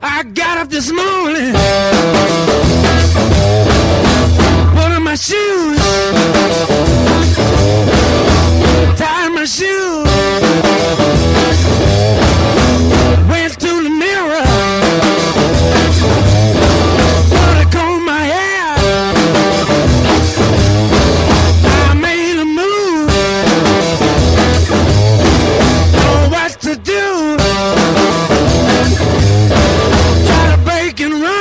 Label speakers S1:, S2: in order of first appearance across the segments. S1: I got up this morning, put on my shoes, tied my shoes, went to the mirror, put a comb my hair. I made a move, know what to do. Try to break and run.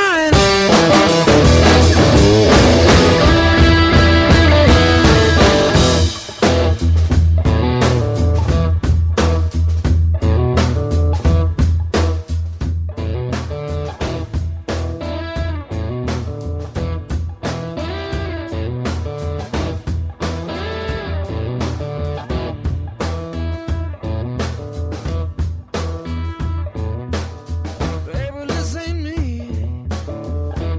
S1: Baby, this ain't me.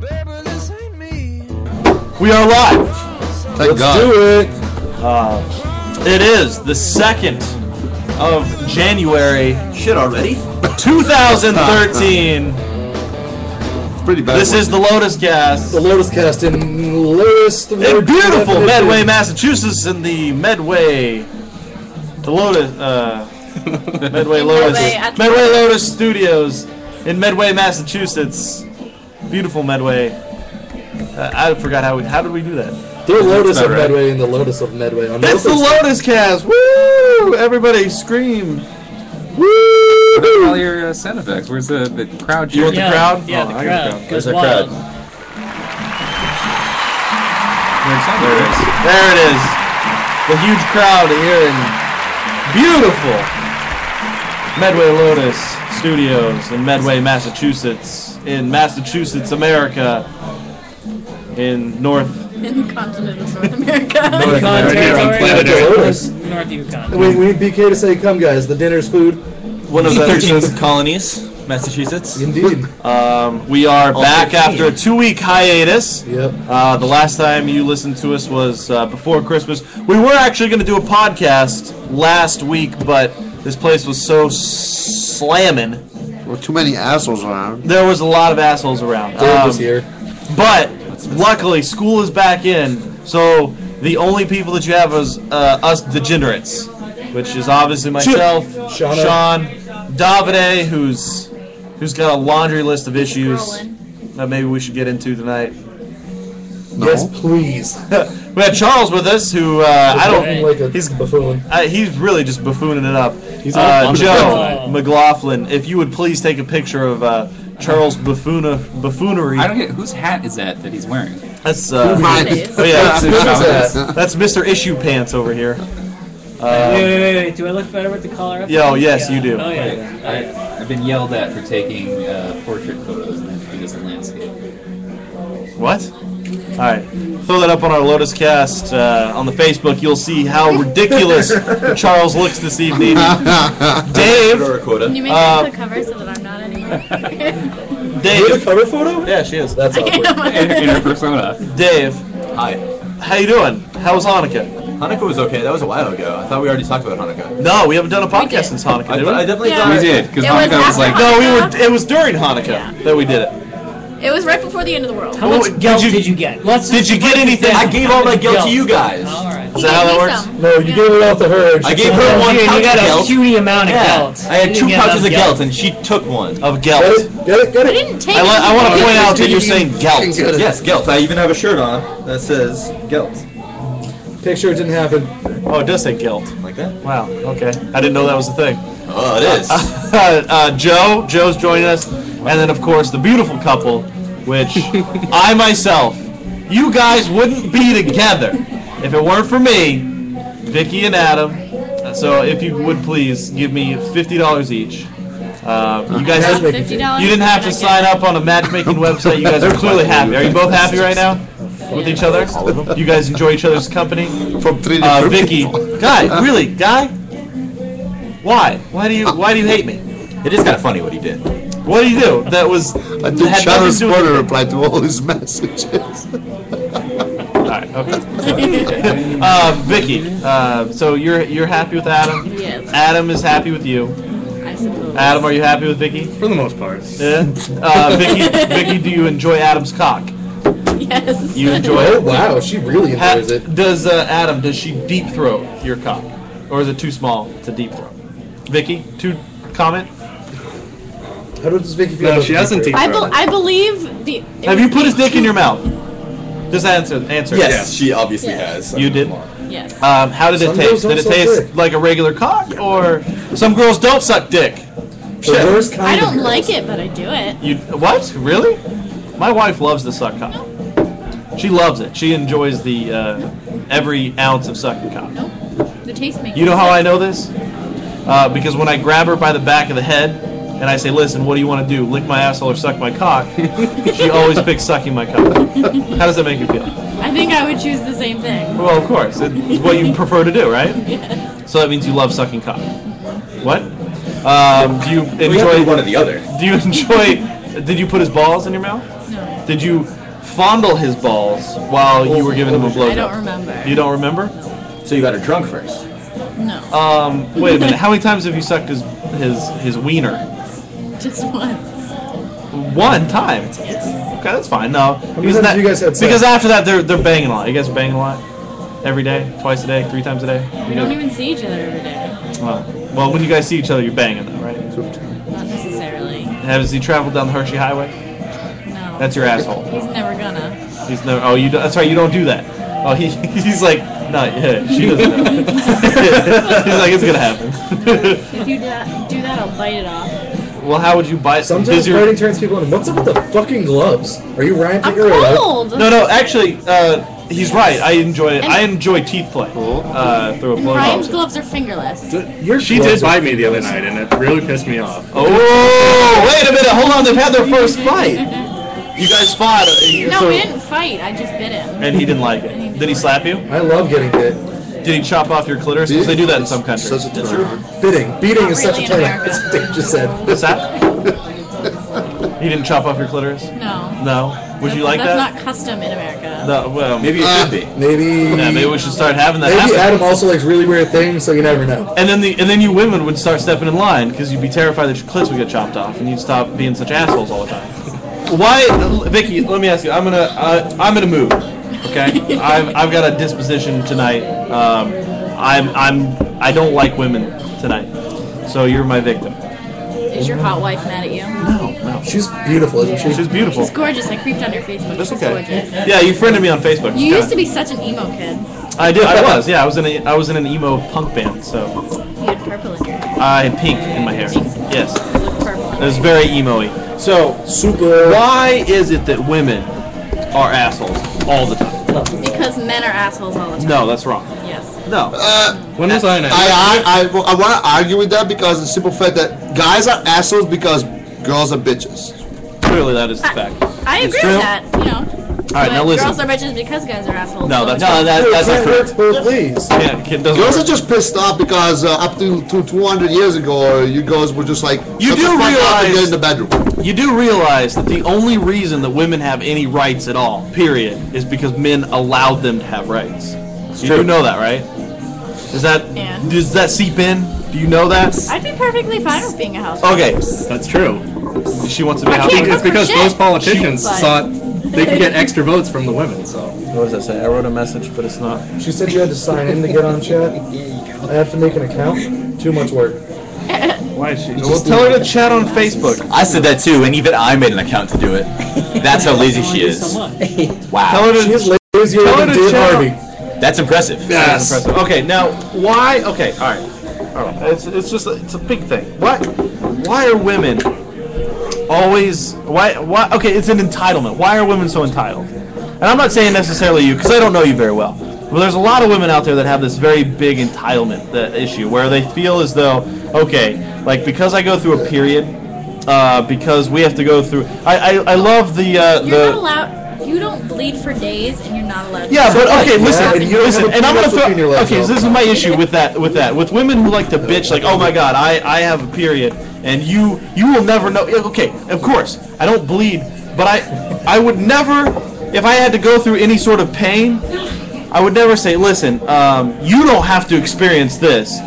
S1: Baby, this ain't me.
S2: We are live.
S3: Thank God.
S2: Do it.
S3: Uh, It is the second of January,
S4: Shit already?
S3: 2013. It's pretty bad. This is the Lotus Cast.
S2: The Lotus Cast in Lotus. The
S3: In beautiful Medway, Massachusetts, in the Medway, the Lotus, uh, Medway
S5: In
S3: Lotus,
S5: Medway at-
S3: Medway Lotus Studios in Medway, Massachusetts. Beautiful Medway. Uh, I forgot how we. How did we do that?
S2: The Lotus
S3: That's
S2: of
S3: not right.
S2: Medway and the Lotus of Medway. On
S3: It's the
S2: Lotus-
S3: Lotus Cast! Woo! Everybody scream!
S6: Where's
S3: Woo!
S6: all your uh, sound effects? Where's the, the crowd
S3: You
S6: cheering?
S3: want the crowd?
S5: Yeah,
S3: Oh,
S5: the
S3: I got the
S5: crowd.
S3: crowd.
S5: Goes
S2: There's a
S5: wild.
S2: crowd.
S6: There's sound effects.
S3: There it is. The huge crowd here in beautiful Medway Lotus Studios in Medway, Massachusetts, in Massachusetts, America, in North.
S5: in the continent of North America.
S2: America.
S5: Yukon
S2: Yukon planet
S5: territory.
S2: Earth.
S5: North Yukon.
S2: We, we need BK to say, "Come, guys, the dinner's food."
S3: One of
S4: The
S3: the
S4: 13th colonies, Massachusetts.
S2: Indeed.
S3: um, we are back after a two-week hiatus.
S2: Yep.
S3: Uh, the last time you listened to us was uh, before Christmas. We were actually going to do a podcast last week, but this place was so slamming.
S7: Well, too many assholes around.
S3: There was a lot of assholes around.
S2: Dave was
S3: Um,
S2: here.
S3: But luckily, school is back in, so the only people that you have is uh, us degenerates, which is obviously myself,
S2: Shauna.
S3: Sean, Davide, who's who's got a laundry list of issues that maybe we should get into tonight.
S7: No.
S2: Yes, please.
S3: We had Charles with us, who uh, I don't.
S2: Looking like a
S3: he's-
S2: buffoon.
S3: I, he's really just buffooning it up.
S2: He's
S3: uh,
S2: on the
S3: Joe McLaughlin, if you would please take a picture of uh, Charles buffoona, buffoonery.
S6: I don't get whose hat is that that he's wearing.
S3: That's uh,
S7: Mine.
S3: oh,
S5: Wait,
S3: yeah,
S6: It's a
S2: Who's
S6: Chavez.
S2: that?
S3: that's Mr. Issue Pants over here. Uh,
S5: wait, wait, wait. Do I look better with the collar up?
S3: Yo, yes, you do.
S5: Oh, yeah.
S6: I, I've been yelled at for taking uh, portrait photos and then doing this in landscape.
S3: What? All right, throw that up on our Lotus Cast uh, on the Facebook. You'll see how ridiculous Charles looks this evening. Dave,
S4: Or quota.
S5: Can you make
S3: Uh,
S5: it the cover so that I'm not anymore?
S2: You the
S3: Dave,
S2: cover photo?
S3: yeah, she is.
S2: That's awkward.
S6: In, in her persona.
S3: Dave,
S4: Hi.
S3: how you doing? How was Hanukkah?
S4: Hanukkah was okay. That was a while ago. I thought we already talked about Hanukkah.
S3: No, we haven't done a
S5: did.
S3: podcast since Hanukkah,
S4: I,
S3: did
S4: I
S3: we?
S4: definitely
S5: Yeah.
S4: thought.
S6: We did, because
S5: It was
S6: Hanukkah was
S5: after
S6: like,
S5: Hanukkah.
S3: No, we were. It was during Hanukkah that we did it.
S5: it was right before the end of the world.
S8: How
S3: Well,
S8: much
S3: did
S8: guilt
S3: you-
S8: did you, get? Let's
S3: Did you get anything?
S4: I gave all my guilt to you guys.
S8: All right.
S3: Is that how that works?
S2: No, you gave it all to her. and she
S4: I gave
S2: took
S4: her
S2: it.
S4: one
S8: Dude, you
S4: pouch of
S8: got a
S4: guilt.
S8: huge amount of
S4: Yeah.
S8: guilt.
S4: I had
S8: You
S4: two
S8: didn't get
S4: pouches
S8: enough
S4: of guilt, and she took one.
S3: Of
S2: Get
S3: gelt.
S2: it? Get it? Get
S5: I
S2: it?
S5: didn't take
S3: I, li- I want to
S5: anything.
S3: point out that you're saying gelt.
S7: Good.
S4: Yes, guilt. I even have a shirt on uh, that says guilt.
S2: Picture it didn't happen.
S3: Oh, it does say gelt.
S4: Like that?
S3: Wow. Okay. I didn't know that was a thing.
S4: Oh, it is.
S3: uh, uh, Joe. Joe's joining us, and then of course the beautiful couple, which I myself, you guys wouldn't be together if it weren't for me, Vicky and Adam. Uh, So if you would please give me fifty dollars each. Uh, you guys,
S2: Matchmaking.
S3: you didn't have to sign up on a matchmaking website. You guys are clearly happy. Are you both happy right now with each other? You guys enjoy each other's company
S7: From three
S3: uh,
S7: different
S3: Vicky,
S7: people.
S3: guy, really, guy, why? Why do you why do you hate me?
S4: It is kind of funny what he did.
S3: What do you do? That was
S7: I
S3: that
S7: took
S3: had
S7: Shadow
S3: nothing to do with-
S7: Spoiler reply to all his messages.
S3: Alright, okay. uh, Vicky, uh, so you're you're happy with Adam?
S5: Yes.
S3: Adam is happy with you.
S5: I Possible.
S3: Adam, are you happy with Vicky?
S8: For the most part.
S3: Yeah. Uh, Vicky, Vicky, do you enjoy Adam's cock?
S5: Yes.
S3: You enjoy
S2: Oh
S3: it?
S2: wow, she really
S3: Ha-
S2: enjoys it.
S3: does uh, Adam? Does she deep throat your cock, or is it too small to deep throat? Vicky, two comment.
S2: How does Vicky feel?
S8: No,
S2: about
S8: she
S2: the
S8: hasn't
S2: future?
S5: I, bel I believe the.
S3: Have you put his dick in your mouth? Just answer. Answer.
S4: Yes, she obviously
S5: Yes.
S4: has.
S3: You did?
S5: Yes.
S3: Um, how did
S2: Some
S3: it taste?
S2: girls don't
S3: Did it
S2: suck
S3: taste
S2: dick.
S3: like a regular cock, or some girls don't suck dick?
S2: The worst kind
S5: I
S2: of
S5: don't
S2: girls.
S5: like it, but I do it.
S3: You what? Really? My wife loves the suck cock. She loves it. She enjoys the uh, every ounce of sucking cock.
S5: Nope. The taste makes.
S3: You know how I know this? Uh, because when I grab her by the back of the head and I say, "Listen, what do you want to do? Lick my asshole or suck my cock?" she always picks sucking my cock. How does that make you feel?
S5: I think I would choose the same thing.
S3: Well, of course, it's what you prefer to do, right? So that means you love sucking cock. What? Um, do you
S4: We have to do
S3: enjoy?
S4: one or the other.
S3: Do you enjoy? Did you put his balls in your mouth?
S5: No,
S3: Did you fondle his balls while you were giving him a
S5: I don't
S3: blowjob?
S5: remember.
S3: You don't remember?
S4: So you got her drunk first.
S5: No,
S3: Um, wait a minute. How many times have you sucked his his his wiener?
S5: just once.
S3: One time.
S5: Yes.
S3: Okay, that's fine. No,
S2: many times have you guys had sex?
S3: because after that they're they're banging a lot. You guys bang a lot every day, twice a day, three times a day.
S5: We don't even see each other every day.
S3: Well, well, when you guys see each other, you're banging though, right?
S5: Not necessarily.
S3: Has he traveled down the Hershey Highway?
S5: No.
S3: That's your asshole.
S5: He's never gonna.
S3: He's never. Oh, you. don't- That's right. You don't do that. Oh, he, he's like, no, yeah, she doesn't. Know. he's like, it's gonna happen.
S5: If you da- do that, I'll bite it off.
S3: Well, how would you buy?
S2: Sometimes
S3: does your-
S2: fighting turns people on. What's up with the fucking gloves? Are you Ryan
S5: I'm
S2: Picker? or what?
S5: cold.
S3: No, no. Actually, uh, he's right. I enjoy. I enjoy teeth play. Uh, through a
S5: And Ryan's
S3: blowjob.
S5: gloves are fingerless.
S2: Your
S8: She
S2: gloves
S8: did
S2: are-
S8: bite me the other night, and it really pissed me off.
S3: Oh, wait a minute. Hold on. They've had their first fight. You guys fought. uh, you-
S5: No,
S3: so-
S5: we didn't fight. I just bit him.
S3: And he didn't like it. Did he slap you?
S2: I love getting bit.
S3: Did he chop off your clitoris? Because they do that in some
S7: It's
S3: countries.
S7: Such a turn.
S2: Bidding. Beating
S5: Not
S2: is
S5: really
S2: such a
S5: in
S2: turn.
S5: America.
S2: That's what Dave just said.
S3: What's that? He didn't chop off your clitoris.
S5: No.
S3: No. Would you like
S5: That's-
S3: that?
S5: That's not custom in America.
S3: No. Well, maybe.
S4: Maybe it should be.
S2: Uh, Maybe.
S3: Yeah, maybe we should start having that
S2: Maybe
S3: happen.
S2: Adam also likes really weird things, so you never know.
S3: And then the and then you women would start stepping in line because you'd be terrified that your clits would get chopped off, and you'd stop being such assholes all the time. Why, Vicky? Let me ask you. I'm gonna uh, I'm in a mood. Okay, I've, I've got a disposition tonight. Um, I'm I'm I don't like women tonight, so you're my victim.
S5: Is your hot wife mad at you?
S3: No, no.
S2: Oh, She's beautiful, isn't she?
S3: She's beautiful.
S5: She's gorgeous. I creeped on your Facebook.
S3: That's
S5: She's
S3: okay.
S5: gorgeous.
S3: Yeah, you friended me on Facebook.
S5: You used to be such an emo kid.
S3: I did. I was. Yeah, I was in a I was in an emo punk band, so
S5: You had purple in your hair.
S3: I had pink in my hair. Yes,
S5: You looked purple. in
S3: it
S5: your
S3: was very emo-y. So
S2: Super.
S3: Why is it that women are assholes all the time?
S5: hair. Because men are assholes all the time.
S3: No, that's wrong.
S5: Yes.
S3: No.
S7: Uh,
S8: When was I an asshole?
S7: I I, I, well, I want to argue with that because the simple fact that guys are assholes because girls are bitches.
S3: Clearly that is the
S5: I,
S3: fact.
S5: I agree
S3: true.
S5: with that. You know. All
S3: right, now listen.
S5: Girls are bitches because guys are assholes.
S3: No,
S5: So
S3: that's
S5: it's
S3: not, that, that's not
S2: Can't
S3: correct.
S2: hurt both ways.
S3: Yeah, it doesn't
S7: Girls are
S3: work.
S7: just pissed off because uh, up to, to 200 years ago, you girls were just like,
S3: You
S7: "Shut
S3: do
S7: the fuck up and
S3: realize-
S7: get in the bedroom.
S3: You do realize that the only reason that women have any rights at all, period, is because men allowed them to have rights. you do know that, right? Does that
S5: Yeah.
S3: does that seep in? Do you know that?
S5: I'd be perfectly fine with being a housewife.
S3: Okay,
S8: That's true.
S3: she wants to be
S5: I
S3: out.
S5: can't
S8: It's because
S5: Shit.
S8: those politicians
S5: But-
S8: thought they could get extra votes from the women, so.
S3: What does that say? I wrote a message, but it's not.
S2: She said you had to sign in to get on chat. I have to make an account. Too much work.
S8: Why is she?
S3: Well, tell her to chat on Facebook.
S4: I said that too, and even I made an account to do it. That's how lazy she is.
S3: Tell
S4: Wow.
S3: her to
S2: She is lazier
S3: Tell her
S2: than
S3: to
S2: Dave
S3: chat.
S2: Harvey.
S4: That's impressive.
S8: Yes.
S3: impressive. Okay, now why? Okay, all right, all right. It's, it's just a, it's a big thing. What? Why are women always why why? Okay, it's an entitlement. Why are women so entitled? And I'm not saying necessarily you, because I don't know you very well. But there's a lot of women out there that have this very big entitlement that issue, where they feel as though, okay, like because I go through a period, uh, because we have to go through. I I, I love the uh,
S5: You're
S3: the
S5: not allowed. You don't bleed for days, and you're not allowed.
S3: yeah,
S5: to
S3: but okay,
S2: Yeah,
S3: listen,
S2: and you don't
S3: listen,
S2: have a
S3: and I'm gonna
S2: penis
S3: throw.
S2: between your legs
S3: Okay,
S2: all
S3: so this is my issue with that, with that, with women who like to bitch, like, oh my god, I, I have a period, and you, you will never know. Yeah, Okay, of course, I don't bleed, but I, I would never, if I had to go through any sort of pain, I would never say, listen, um, you don't have to experience this.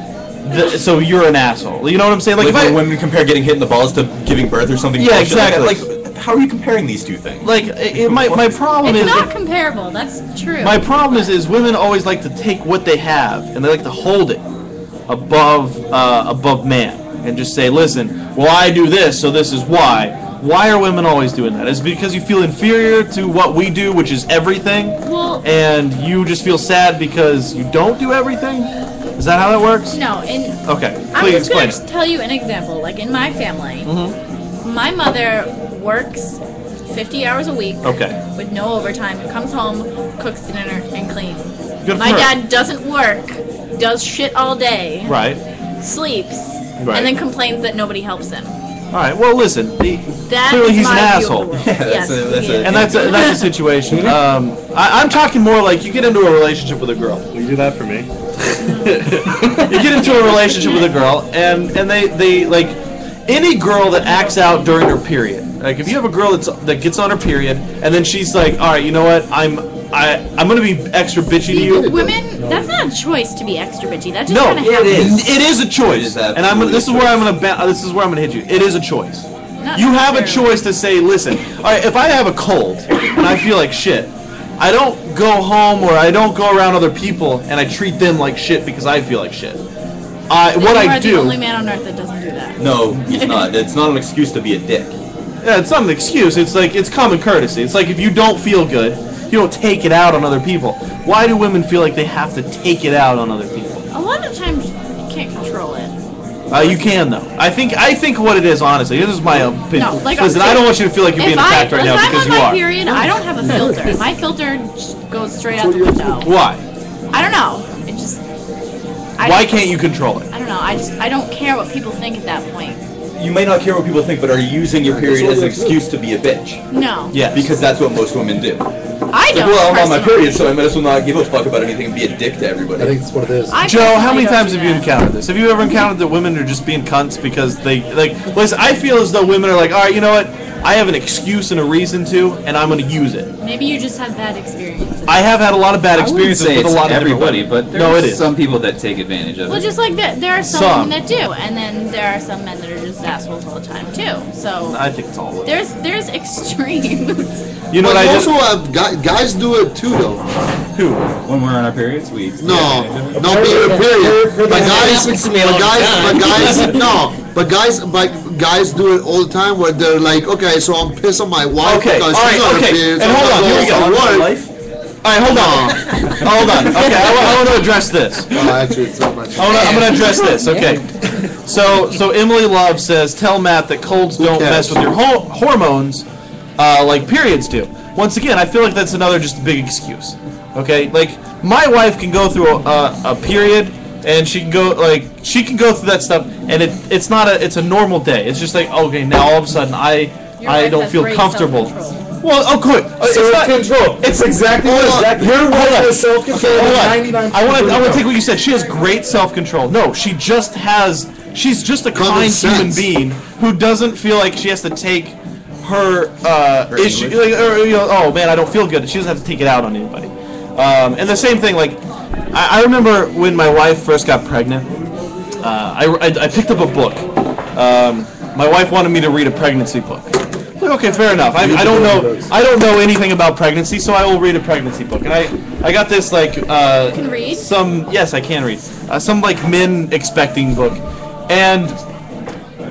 S3: th- so you're an asshole. You know what I'm saying? Like,
S4: Like,
S3: if I,
S4: when women compare getting hit in the balls to giving birth or something.
S3: Yeah,
S4: bullshit like
S3: exactly.
S4: that, Like, how are you comparing these two things?
S3: like it, it- my my problem
S5: It's
S3: is
S5: not comparable. That's true.
S3: my problem is is women always like to take what they have and they like to hold it above uh, above man and just say, listen, well I do this, so this is why. Why are women always doing that? It's because you feel inferior to what we do, which is everything,
S5: Well-
S3: and you just feel sad because you don't do everything. Is that how that works?
S5: no, and
S3: Okay,
S5: I'm
S3: please
S5: just
S3: explain. Mm-hmm.
S5: gonna
S3: it.
S5: tell you an example. Like in my family, my mother works 50 hours a week.
S3: Okay,
S5: with no overtime and comes home, cooks dinner, and cleans.
S3: Good
S5: My
S3: for her.
S5: dad doesn't work, does shit all day,
S3: right,
S5: sleeps,
S3: Right.
S5: and then complains that nobody helps him.
S3: all right. Well, listen, the,
S5: That
S3: clearly
S5: is
S3: he's an
S5: my view of the
S3: asshole.
S5: world.
S4: that's
S5: yes,
S4: a- that's
S5: he
S4: a-
S5: is.
S3: And that's a, that's a situation. Um, I, I'm talking more like you get into a relationship with a girl.
S8: Will you do that for me?
S3: You get into a relationship with a girl, and and they they like any girl that acts out during her period. Like if you have a girl that's that gets on her period, and then she's like, all right, you know what, I'm I I'm gonna be extra bitchy to
S5: See,
S3: you.
S5: but women, that's not a choice to be extra bitchy. That just
S3: No,
S5: kind of happens.
S3: It is a choice,
S4: It is
S3: and
S4: absolutely
S3: I'm. gonna- This is
S4: a
S3: where I'm gonna. Ba- this is where I'm gonna hit you. It is a choice.
S5: Not
S3: you have a
S5: necessarily.
S3: choice to say, listen. All right, if I have a cold and I feel like shit, I don't go home or I don't go around other people and I treat them like shit because I feel like shit. I what
S5: you
S3: I
S5: are the only
S3: do.
S5: man on earth that doesn't do that.
S4: No, he's not. It's not an excuse to be a dick.
S3: Yeah, it's not an excuse. It's like it's common courtesy. It's like if you don't feel good, you don't take it out on other people. Why do women feel like they have to take it out on other people?
S5: A lot of times, you can't control it.
S3: Uh, you can though. I think I think what it is honestly. This is my opinion.
S5: No, like,
S3: Listen, I don't want you to feel like you're
S5: if
S3: being
S5: I,
S3: attacked right
S5: if
S3: now
S5: I'm
S3: because
S5: on
S3: you
S5: my
S3: are.
S5: period, I don't have a filter. My filter just goes straight out the window.
S3: Why?
S5: I don't know. It just. I
S3: Why
S5: don't-
S3: can't you control it?
S5: I don't know. I just I don't care what people think at that point.
S4: You may not care what people think, but are you using your period as an excuse to be a bitch?
S5: No.
S3: Yes.
S4: Because that's what most women do.
S5: I don't.
S4: well, I'm on my
S5: personally.
S4: period, so I might as well not give a fuck about anything and be a dick to everybody.
S2: I think that's what it is.
S5: I
S3: Joe, how
S5: personally
S3: many
S5: don't
S3: times
S5: do
S3: have you
S5: that.
S3: encountered this? Have you ever encountered that women are just being cunts because they like? Listen, I feel as though women are like, all right, you know what? I have an excuse and a reason to, and I'm going to use it.
S5: Maybe you just had bad experiences.
S3: I have had a lot of bad
S6: I wouldn't
S3: experiences
S6: say
S3: with a
S6: it's
S3: lot of different
S6: everybody,
S3: women.
S6: but there
S3: no,
S6: are
S3: it is.
S6: some people that take advantage of
S5: well,
S6: it.
S5: just like that, there are some,
S3: Some.
S5: men that do, and then there are some men that are just assholes all the time too. So
S3: I think it's all. women.
S5: there's there's extremes.
S3: You know
S7: but
S3: what I
S7: also,
S3: just?
S7: uh, guy- guys do it too, though.
S6: when we're on our periods, we
S7: No, no, period. period. But guys,
S4: happens to me all
S7: but
S4: the
S7: guys,
S4: time.
S7: but guys, no, but guys, but guys do it all the time where they're like, okay, so I'm pissed on my wife
S3: Okay,
S7: because
S3: all
S7: she's
S3: right,
S7: on
S3: okay,
S7: her period.
S3: and hold on, here we go.
S7: Work.
S3: All right, hold on. hold on. Okay, I, want to address this.
S7: Oh, actually, it's not much.
S3: I wanna, I'm going to address this. Okay. So, so Emily Love says, "Tell Matt that colds don't
S7: cares?
S3: mess with your ho- hormones, uh, like periods do." Once again, I feel like that's another just big excuse. Okay, like my wife can go through a, a, a period, and she can go like she can go through that stuff, and it it's not a it's a normal day. It's just like okay, now all of a sudden I
S5: Your
S3: I
S5: wife
S3: don't
S5: has
S3: feel
S5: great
S3: comfortable.
S5: self-control.
S3: Well, oh, good. Uh, it's not-
S2: Self-control.
S3: It's exactly
S7: what Hold
S2: Exactly. Your wife has self-control.
S3: Hold on.
S2: 99%
S3: I want to. I want
S2: of
S3: to take what you said. She has great self-control. No, she just has. She's just a
S7: Common
S3: kind
S7: sense.
S3: human being who doesn't feel like she has to take her uh, issue. Like, or, you know, oh man, I don't feel good. She doesn't have to take it out on anybody. Um, and the same thing. Like, I, I remember when my wife first got pregnant. Uh, I, I, I picked up a book. Um, my wife wanted me to read a pregnancy book. I'm Like, okay, fair enough. I, I don't know. I don't know anything about pregnancy, so I will read a pregnancy book. And I, I got this like uh,
S5: can read?
S3: some. Yes, I can read. Uh, some like men expecting book, and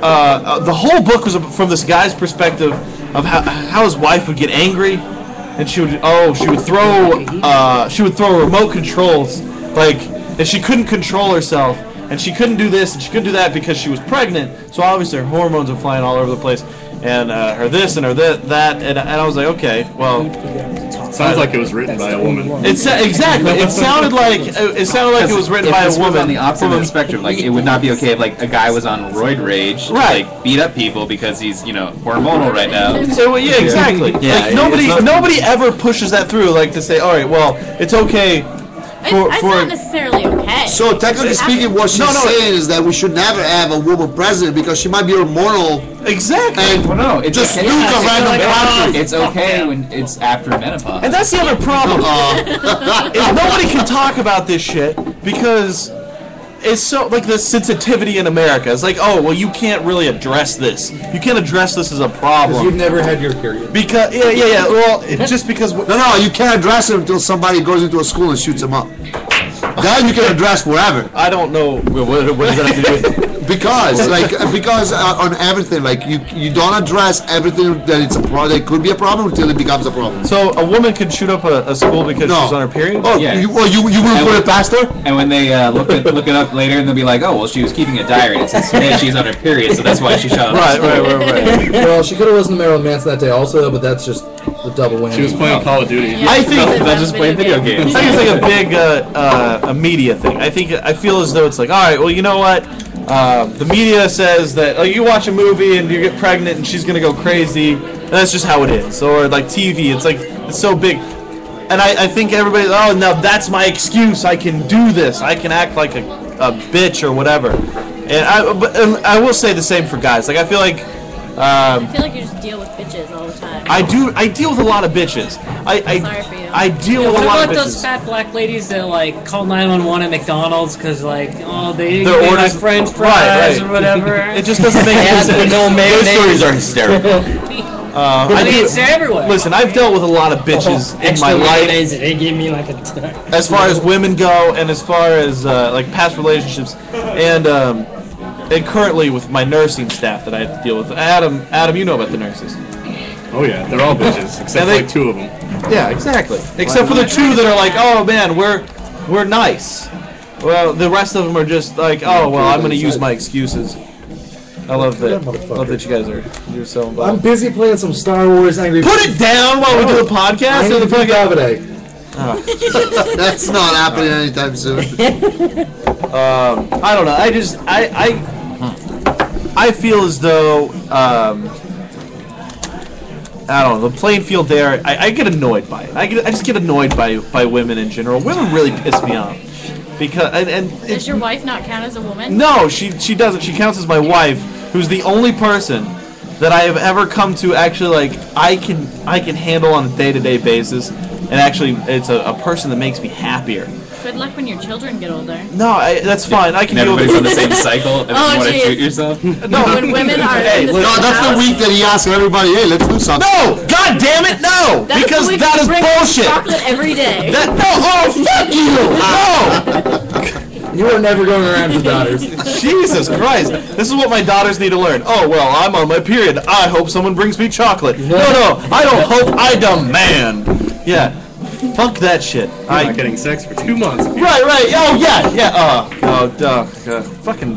S3: uh, the whole book was from this guy's perspective of how, how his wife would get angry, and she would oh she would throw uh, she would throw remote controls like and she couldn't control herself and she couldn't do this and she couldn't do that because she was pregnant so obviously her hormones are flying all over the place and uh, her this and her that that and, and I was like okay well
S8: Sounds like it was written by a woman.
S3: it's uh, exactly it sounded like uh, it sounded like it was written
S6: if
S3: by
S6: this
S3: a woman
S6: was on the opposite end of
S3: Woman-
S6: the spectrum, like it would not be okay if like a guy was on roid rage, to,
S3: Right.
S6: Like beat up people because he's you know hormonal right now.
S3: uh, So well, yeah, exactly.
S4: Yeah,
S3: like
S4: it's
S3: nobody,
S4: not-
S3: nobody ever pushes that through. Like to say, all right, well, it's okay.
S5: It's,
S3: For-
S5: it's
S3: for-
S5: not necessarily okay.
S7: So technically speaking, what she's
S3: No, no.
S7: saying is that we should never have a woman president because she might be hormonal
S3: Exactly.
S7: and
S6: Well, no, it's
S7: Just
S6: okay.
S7: nuke a
S6: It's
S7: random
S6: okay-
S4: oh,
S7: bastard.
S6: It's okay when it's after menopause.
S3: and that's the other problem. is nobody can talk about this shit because it's so like the sensitivity in America. It's like, oh, well, you can't really address this. You can't address this as a
S2: Because you've
S3: problem
S2: never had your period.
S3: because yeah, yeah, yeah. Well, it, just because w-
S7: No, no, you can't address him until somebody goes into a school and shoots him up. Then you can address whatever.
S3: I don't know.
S4: What, what, what does that have to do with
S7: Because, like, because uh, on everything, like, you you don't address everything that it's a problem, that could be a problem until it becomes a problem.
S3: So a woman could shoot up a, a school because
S7: No.
S3: she's on her period.
S7: Oh,
S6: Yeah.
S7: you, well, you, you wouldn't
S6: And
S7: put
S6: we-
S7: it past her?
S6: And when they uh, look it look it up later, and they'll be like, "Oh, well, she was keeping a diary. It says today she's on her period, so that's why she shot." up."
S3: right, right, right, right.
S2: well, she could have listened to Marilyn Manson that day also, but that's just the double whammy.
S8: She was playing Call of Duty.
S5: Yeah,
S3: I think-
S5: because
S3: That's
S5: of
S6: just playing video games.
S3: I think it's like a big uh, uh, a media thing. I think I feel as though it's like, all right, well, you know what? Uh, the media says that oh, you watch a movie and you get pregnant and she's gonna go crazy, and that's just how it is. Or like TV, it's like it's so big, and I, I think everybody's oh now that's my excuse. I can do this. I can act like a, a bitch or whatever. And I but, and I will say the same for guys. Like I feel like. Um,
S5: I feel like you just deal with bitches all the time.
S3: I do. I deal with a lot of bitches. I I,
S5: Sorry for you.
S3: I deal
S9: Yeah,
S3: with
S9: what
S3: a lot
S9: about
S3: of bitches.
S9: those fat black ladies that like call 911 at McDonald's because like oh they
S3: Their
S9: they
S3: orders-
S9: have French
S3: right,
S9: fries
S3: right.
S9: or whatever?
S3: It just doesn't make any sense.
S4: Those stories are hysterical.
S3: Uh,
S9: I
S3: I
S9: mean,
S3: do-
S9: it's everywhere.
S3: Listen, I've dealt with a lot of bitches in my life,
S9: They give me like a.
S3: as far as women go, and as far as uh, like past relationships, and um, and currently with my nursing staff that I have to deal with. Adam, Adam, you know about the nurses.
S8: Oh yeah, they're all bitches except
S3: And they-
S8: like two of them.
S3: Yeah, exactly. Except for the two that are like, oh man, we're we're nice. Well, the rest of them are just like, oh well, I'm gonna use my excuses. I love that. Love that you guys are you're so
S2: I'm
S3: involved.
S2: busy playing some Star Wars Angry
S3: Put it down while we do the
S2: I
S3: podcast.
S2: need
S3: or
S2: to
S3: the
S2: be
S3: fucking-
S2: Davide.
S3: uh.
S7: That's not happening anytime soon.
S3: um, I don't know. I just I I, I feel as though um, I don't know the playing field there. I, I get annoyed by it. I get I just get annoyed by by women in general. Women really piss me off because and, and
S5: Does your wife not count as a woman?
S3: no, she she doesn't. She counts as my wife, who's the only person that I have ever come to actually like I can I can handle on a day to day basis, and actually it's a, a person that makes me happier.
S5: Good luck when your children get older.
S3: No, I, that's fine. I can
S6: And
S3: deal with
S6: everybody's
S3: it.
S6: on the same cycle. and if
S5: Oh,
S6: you want to
S5: geez.
S6: shoot yourself?
S5: No, when women are in the
S3: Hey,
S5: same
S7: No, that's the
S5: house,
S7: week that he asked everybody, hey, let's do something.
S3: No! God damn it, no!
S5: that's the
S3: because
S5: week
S3: that
S5: you
S3: is
S5: bring
S3: bullshit!
S5: Chocolate every day.
S3: That no! Oh fuck you!
S2: You are never going around with daughters.
S3: No! Jesus Christ! This is what my daughters need to learn. Oh well, I'm on my period. I hope someone brings me chocolate. No, no, I don't hope. I demand. Yeah, fuck that shit.
S8: I'm
S3: I
S8: not getting sex for two months. If you
S3: right, right. Oh yeah, yeah. Uh, oh, duh, uh, fucking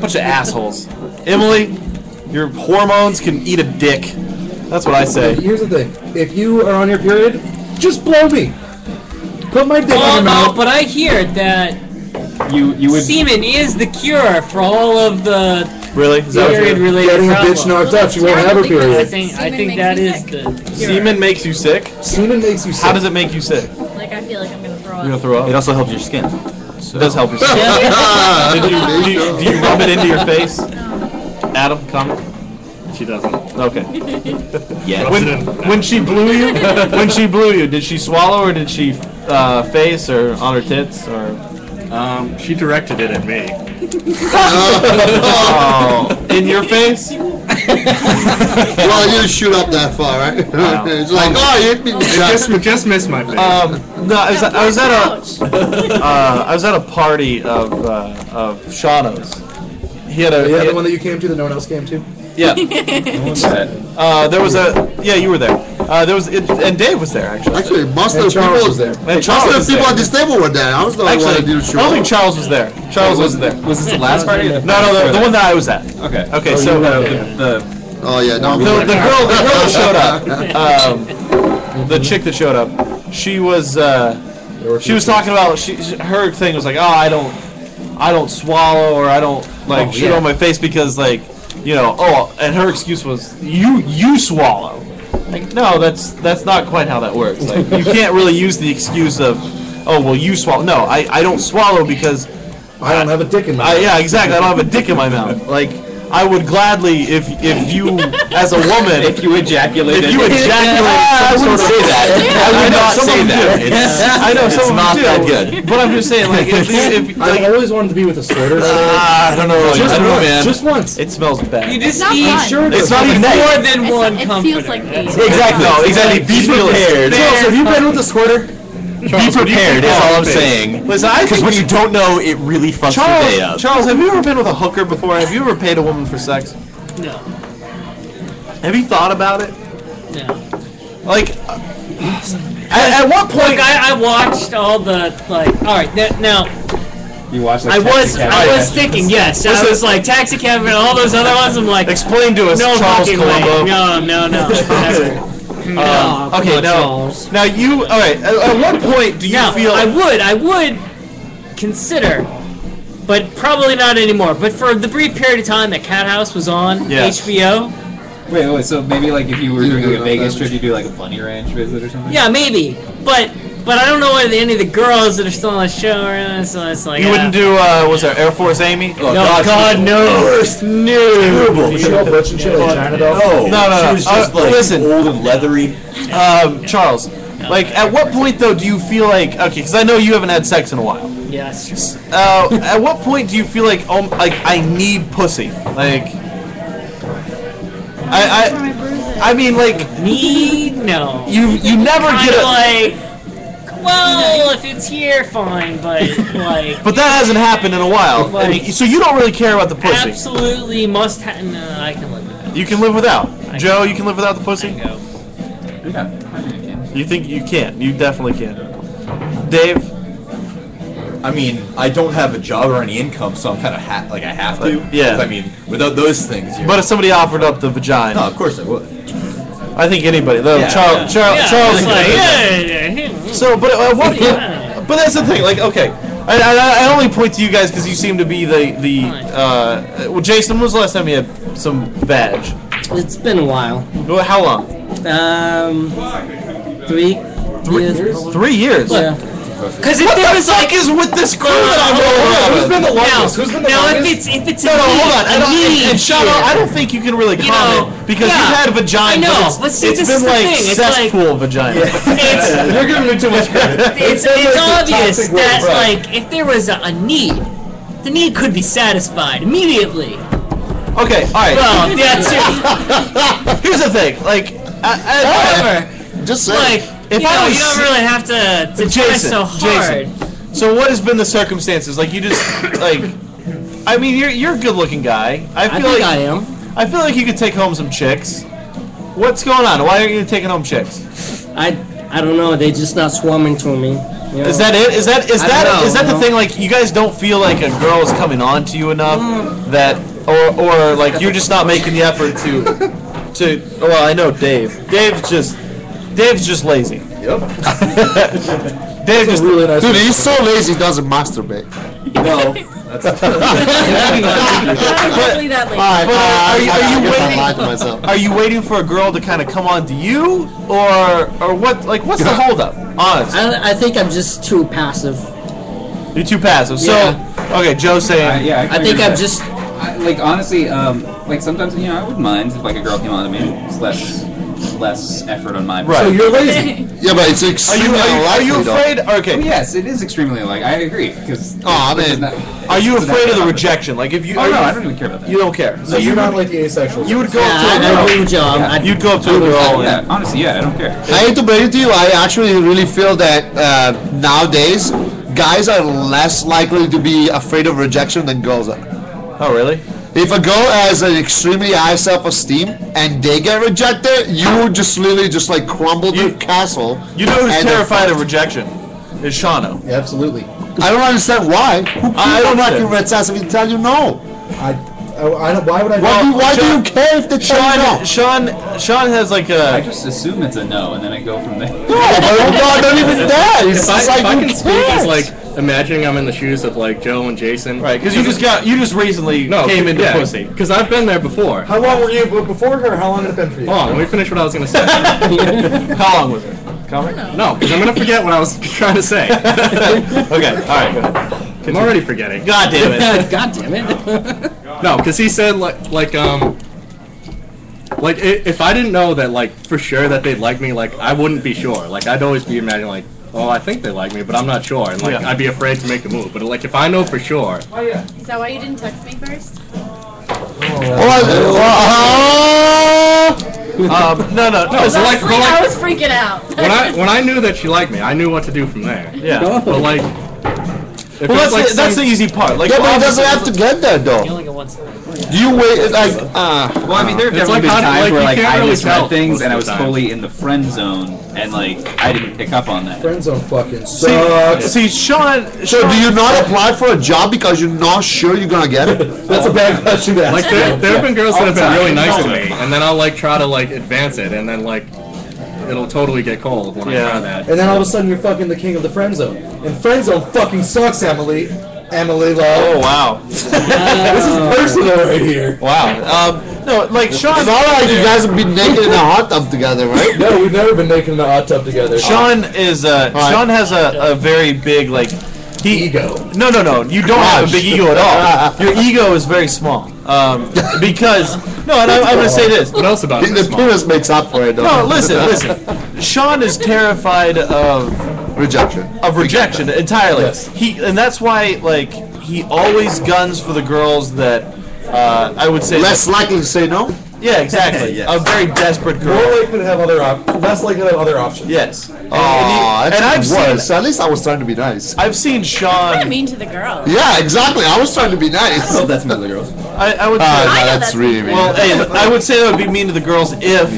S3: bunch of assholes. Emily, your hormones can eat a dick. That's what I say.
S2: Here's the thing: if you are on your period, just blow me. Put my dick in
S9: Oh
S2: your
S9: no,
S2: mouth.
S9: but I hear that
S6: You you would.
S9: semen is the cure for all of the
S3: Really? Is that what
S9: period
S3: you're-
S9: related
S2: Getting a bitch
S9: problems.
S2: knocked up, she won't have a
S9: I
S2: period.
S9: think I
S5: Semen
S9: think
S5: makes
S9: that
S5: me
S9: is
S5: sick.
S9: the cure.
S3: Semen makes you sick.
S2: Semen makes you sick.
S3: How does it make you sick?
S5: Like I feel like I'm gonna throw
S3: You're gonna
S5: up.
S3: throw up.
S4: It also helps your skin.
S3: It does help your skin. do, you, do, you, do you rub it into your face? Adam, come.
S8: don't- She doesn't.
S3: Okay.
S4: Yeah.
S8: Rubs
S3: When,
S8: it in.
S3: when she blew you, when she blew you, did she swallow or did she uh, face or on her tits or?
S8: Um, she directed it at me.
S3: Oh, in your face?
S7: Well, you didn't shoot up that far, right? it's like, oh, you hit me.
S8: Just, just missed my face.
S3: Um, no, I was, at- I was at a uh, I was at a party of uh, of Shauno's. He had a
S2: Yeah,
S3: he
S2: the
S3: had-
S2: one that you came to that no one else came to.
S3: yeah.
S6: That,
S3: Uh, there was a yeah you were there. Uh, there was it, and Dave was there actually.
S7: Actually, most of
S2: And
S7: the
S2: Charles
S7: people
S2: was there.
S3: And
S7: Most
S3: Charles
S7: of
S3: was
S7: the people
S3: there.
S7: at this table were there. I was the only one that
S3: Actually,
S7: didn't show
S3: I don't think
S7: up.
S3: Charles was there. Charles wasn't there.
S6: was this the last party? or the-
S3: No, no, the, the one that I was at.
S6: Okay.
S3: Okay, so uh,
S6: The,
S7: Oh, yeah, no.
S3: the, the girl, the girl that showed up, um, the chick that showed up, she was uh,
S2: There were
S3: she was
S2: people.
S3: talking about she her thing was like, oh, I don't, I don't swallow or I don't like
S6: Oh,
S3: shit
S6: yeah.
S3: on my face because like, you know, oh, and her excuse was you you swallow. Like, no, that's that's not quite how that works. Like, you can't really use the excuse of, oh, well, you swallow. No, I I don't swallow because
S2: I don't have a dick in my.
S3: I, yeah, exactly. I don't have a dick in my mouth. Like, I would gladly, if if you, as a woman,
S6: If you ejaculate,
S3: if you
S6: it-
S3: ejaculate
S4: I
S3: some
S4: wouldn't
S3: sort of
S4: say that. I would
S3: know
S4: not
S3: some
S4: say
S3: of them
S4: that.
S3: do.
S4: It's,
S3: I know some
S4: it's
S3: of
S4: not
S3: them
S4: that
S3: do,
S4: good. Uh,
S3: But I'm just saying, like, if, if
S2: I've
S3: like,
S2: always wanted to be with a sweater.
S4: I don't know.
S2: just
S4: I don't know,
S2: once.
S4: man.
S2: Just once.
S3: it smells bad.
S9: You just
S5: not
S9: eat
S5: fun.
S9: sure
S4: It's not even
S9: more
S4: that.
S9: than
S5: It's-
S9: one
S5: it
S9: company.
S5: feels like beans.
S4: Exactly.
S3: No,
S4: exactly.
S3: it's
S4: Be
S3: like
S4: prepared.
S3: spare-
S2: Charles, have you been with a sweater?
S4: Be prepared is all I'm
S3: Face.
S4: saying.
S3: Listen, I
S4: Because
S3: think
S4: when you don't know, it really fucks your day
S3: Charles,
S4: up.
S3: Charles, have you ever been with a hooker before? Have you ever paid a woman for sex?
S9: No,
S3: Have you thought about it?
S9: no.
S3: Like, at, at what point?
S9: Look, I, I watched all the like. All right, n- now
S6: you watch. Like
S9: I was
S6: Taxi Cab
S9: I was
S6: Driver.
S9: thinking yes. I was like taxi cab and all those other ones. I'm like
S3: explain to us,
S9: no
S3: Charles
S9: fucking
S3: Colombo. Um,
S9: way. No, no, no. Never. No, come
S3: Okay,
S9: on,
S3: now,
S9: Charles.
S3: now you. All right. At, at what point do you
S9: Now,
S3: feel?
S9: I would, I would consider, but probably not anymore. But for the brief period of time that Cat House was on
S3: Yeah.
S9: HBO,
S6: Wait, wait. So maybe like if you were
S7: You
S6: doing
S7: do
S6: like a
S7: not
S6: Vegas
S7: damage.
S6: trip, you do like a Bunny Ranch visit or something.
S9: yeah, maybe. But but I don't know whether any of the girls that are still on the show are in it, so it's like
S3: you
S9: ah.
S3: wouldn't do. Uh, was there Air Force Amy?
S4: Oh,
S9: No, God, no, no.
S2: Was she all butch and shit like China doll?
S4: No,
S3: No, no, no.
S4: She was just
S3: Uh,
S4: like
S3: listen.
S4: old and leathery.
S3: Um, Charles, like, at what point though do you feel like? Okay, because I know you haven't had sex in a while.
S9: Yes.
S3: Uh, at what point do you feel like oh, like I need pussy? Like, I
S5: My bruises.
S3: I I mean like
S9: Me, no.
S3: you you never
S9: kind
S3: get
S9: of
S3: a.
S9: like, well, if it's here, fine, but like,
S3: But that hasn't happened in a while,
S9: Like-
S3: so you don't really care about the pussy.
S9: absolutely must have. No, I can live with
S3: You can live without. Joe, you can live without the pussy?
S9: that.
S3: You think you can't. You definitely can. Dave?
S4: I mean, I don't have a job or any income, so I'm kind of ha- like I have to.
S3: Yeah.
S4: I mean, without those things, you're,
S3: But if somebody offered up the vagina,
S4: no, of course I would.
S3: I think anybody. Though
S4: Yeah.
S3: Charles, Charles,
S9: Yeah,
S3: Charles.
S9: it's like, yeah, yeah, yeah.
S3: So, but at what
S9: Yeah.
S3: point? But that's the thing. Like, okay, I, I, I only point to you guys because you seem to be the the. Uh, well, Jason, when was the last time you had some vag?
S10: It's been a while.
S3: Well, How long?
S10: Um, three.
S3: Three Three years.
S10: Yeah.
S9: Because if there was like,
S3: is with this crew? that I'm
S2: Hold on,
S3: rolling
S2: Who's
S3: with?
S2: been the longest?
S9: now,
S2: Who's been the
S9: now if
S2: longest?
S9: it's if it's
S3: No,
S9: a
S3: no,
S9: need,
S3: hold on. I
S9: a
S3: don't,
S9: need
S3: and, and Sean,
S9: here.
S3: I don't think you can really
S9: You
S3: comment
S9: know,
S3: because
S9: yeah.
S3: you've had a vagina.
S9: I know,
S3: but it's,
S9: but see,
S3: it's
S9: this
S3: been
S9: is the
S3: like
S9: thing, it's like-
S3: cesspool vagina.
S9: it's
S2: You're giving me too much credit. That
S9: it's,
S2: makes
S9: it's
S2: it
S9: obvious
S2: toxic
S9: that
S2: waste.
S9: like if there was a, a need, the need could be satisfied immediately.
S3: Okay, all right.
S9: Well, yeah, too.
S3: Here's the thing. Like, I, I,
S7: However, Just say.
S9: Like,
S3: If
S9: you,
S3: I
S9: know,
S3: was
S9: you don't
S3: si-
S9: really have to, to try
S3: Jason,
S9: so hard.
S3: Jason. So what has been the circumstances? Like you just like I mean you're you're a good looking guy. I
S10: I
S3: feel
S10: think
S3: like
S10: I am.
S3: I feel like you could take home some chicks. What's going on? Why aren't you taking home chicks?
S10: I I don't know. They just not swarming to me. you
S3: Is
S10: know?
S3: that it? Is that is
S10: I
S3: that
S10: don't know,
S3: is that the
S10: no.
S3: thing? Like you guys don't feel like a girl is coming on to you enough that or or like you're just not making the effort to to. Well, I know Dave. Dave's just Dave's just lazy. Yep. Dave just
S2: Really nice.
S7: Dude, he's so lazy he doesn't masturbate.
S5: Probably that lady.
S7: I,
S3: But are you- are you
S7: I guess I
S3: waiting-
S7: lied to myself.
S3: Are you waiting for a girl to kind of come on to you, or or what? Like, what's the holdup? Honest,
S10: I, I think I'm just too passive.
S3: you're too passive. So, okay, Joe's
S6: Uh,
S3: saying,
S6: yeah,
S10: I
S6: can
S10: think
S6: agree
S10: I'm
S6: with that.
S10: just
S6: I, like honestly, um, like sometimes you know I wouldn't mind if like a girl came on to me. It's less less effort on my part.
S3: Right.
S2: So you're lazy.
S7: Yeah, but it's
S3: are
S7: extremely
S3: you are you, are you
S7: unlikely, though.
S3: afraid?
S6: But
S3: Okay,
S6: Oh, yes, it is extremely like I agree because.
S7: Aw, man.
S3: are you afraid of the rejection? Like, if you,
S6: Oh
S3: are
S6: no, I
S3: you,
S6: don't even care about that.
S3: you don't care. So
S2: So you're
S3: you
S2: not like the asexual.
S3: you would go
S10: Yeah,
S3: up
S10: I
S3: to a
S10: agree with you. um,
S6: Yeah.
S10: I,
S3: girl. You'd go up to a girl.
S6: yeah,
S3: and-
S6: honestly, yeah, I don't care.
S7: I hate to break it to you. I actually really feel that uh, nowadays guys are less likely to be afraid of rejection than girls are.
S3: Oh, really?
S7: If a girl has an extremely high self-esteem and they get rejected, you just literally just like crumble
S3: You-
S7: the castle.
S3: You know who's
S7: and they're
S3: terrified of
S7: fucked.
S3: rejection? Is Shano.
S2: Yeah, absolutely.
S7: I don't understand why. Who
S3: I
S7: I don't
S3: don't
S7: fucking
S3: either.
S7: red ass if they tell you no.
S2: I, I, I don't, why would I?
S7: Why, do, you- why
S3: Sean-
S7: do you care if they tell you no?
S3: Sean, Sean, Sean has like
S6: I
S3: a.
S6: just assume it's a no, and then I go from there.
S7: No, but oh god, not even that. It's
S8: If I,
S7: just
S8: if I
S7: like,
S8: can
S7: who
S8: speak,
S7: cares?
S8: it's like imagining I'm in the shoes of like Joe and Jason.
S3: Right, because you just got you just recently came into pussy.
S8: Because I've been there before.
S2: How long were you b- before her? How long had it been for you?
S8: Hold on, let me finish what I was gonna say.
S3: How long was it?
S8: no, because I'm gonna forget what I was trying to say.
S3: Okay, all right. go ahead.
S8: I'm already forgetting.
S3: God damn it.
S11: God damn it.
S8: No, because he said like like um like i- if I didn't know that like for sure that they'd like me, like I wouldn't be sure. Like I'd always be imagining like, oh, I think they like me, but I'm not sure, and like
S3: Yeah.
S8: I'd be afraid to make the move. But like if I know for sure,
S5: Is that why you didn't text me first?
S7: Oh, uh-huh.
S3: um, no, no, no.
S8: no, so like,
S5: I, was
S8: but,
S5: freak- I
S8: like
S5: was freaking out.
S8: when I when I knew that she liked me, I knew what to do from there.
S3: Yeah.
S8: But like, if
S3: Well,
S8: it's,
S3: that's,
S8: like,
S3: the, that's
S8: some-
S3: the easy part. Like,
S7: Yeah, but it
S3: obviously-
S7: doesn't have to get there
S11: You
S7: though.
S11: only get one side.
S7: Do you wait? Like, uh,
S6: Well, I mean, there have definitely
S8: It's like
S6: been
S8: how-
S6: times
S8: like,
S6: where
S8: you
S6: like
S8: can't
S6: I
S8: really
S6: misread
S8: tell
S6: things
S8: most
S6: and I
S8: of
S6: was
S8: the time.
S6: totally in the friend zone and like I didn't pick up on that.
S12: Friends on fucking
S3: See,
S12: sucks.
S3: see, Sean.
S7: so
S3: Sean-
S7: do you not apply for a job because you're not sure you're gonna get it? That's a bad question to
S8: Like
S7: ask.
S8: there, there have been girls that have been
S6: All the
S8: really
S6: time.
S8: nice to me, and then I'll like try to like advance it, and then like it'll totally get cold when I
S3: Yeah.
S8: try that.
S12: And then all of a sudden you're fucking the king of the friend zone. And friend zone fucking sucks, Emily.
S3: Oh
S12: Emily Lowe.
S3: wow,
S12: This is personal right here.
S3: wow. Um, no, like Sean.
S7: It's not like you guys have been naked in a hot tub together, right?
S12: No, we've never been naked in the hot tub together.
S3: Sean is uh,
S7: Alright.
S3: Sean has a, a very big like he,
S12: Ego.
S3: No, no, no. You don't have a big ego at all. Your ego is very small. Um, because no, and I, I'm gonna say this.
S8: What else about
S7: The,
S8: this?
S7: the
S8: month?
S7: penis makes up for it though.
S3: No, listen, listen. Sean is terrified of
S7: Rejection.
S3: of rejection entirely.
S12: Yes.
S3: He and that's why like he always guns for the girls that uh, I would say
S7: Less likely to say no.
S3: yeah, exactly.
S13: Yes.
S3: A very desperate girl.
S12: More likely to have other op- less likely to have other options. Uh,
S3: Yes.
S8: Oh,
S3: And, and,
S7: Aw,
S3: he-
S7: that's
S3: and I've seen
S7: worse. At least I was trying to be nice.
S3: I've seen
S5: kind of
S3: Sean.
S5: mean to the girl.
S7: Yeah, exactly. I was trying to be nice.
S13: Oh, that's another girls.
S3: I, I
S12: Ah,
S3: would.
S7: Uh,
S3: say,
S7: no,
S5: know
S7: that's
S5: that's-
S7: really mean.
S3: Well, hey, I would say that would be mean to the girls if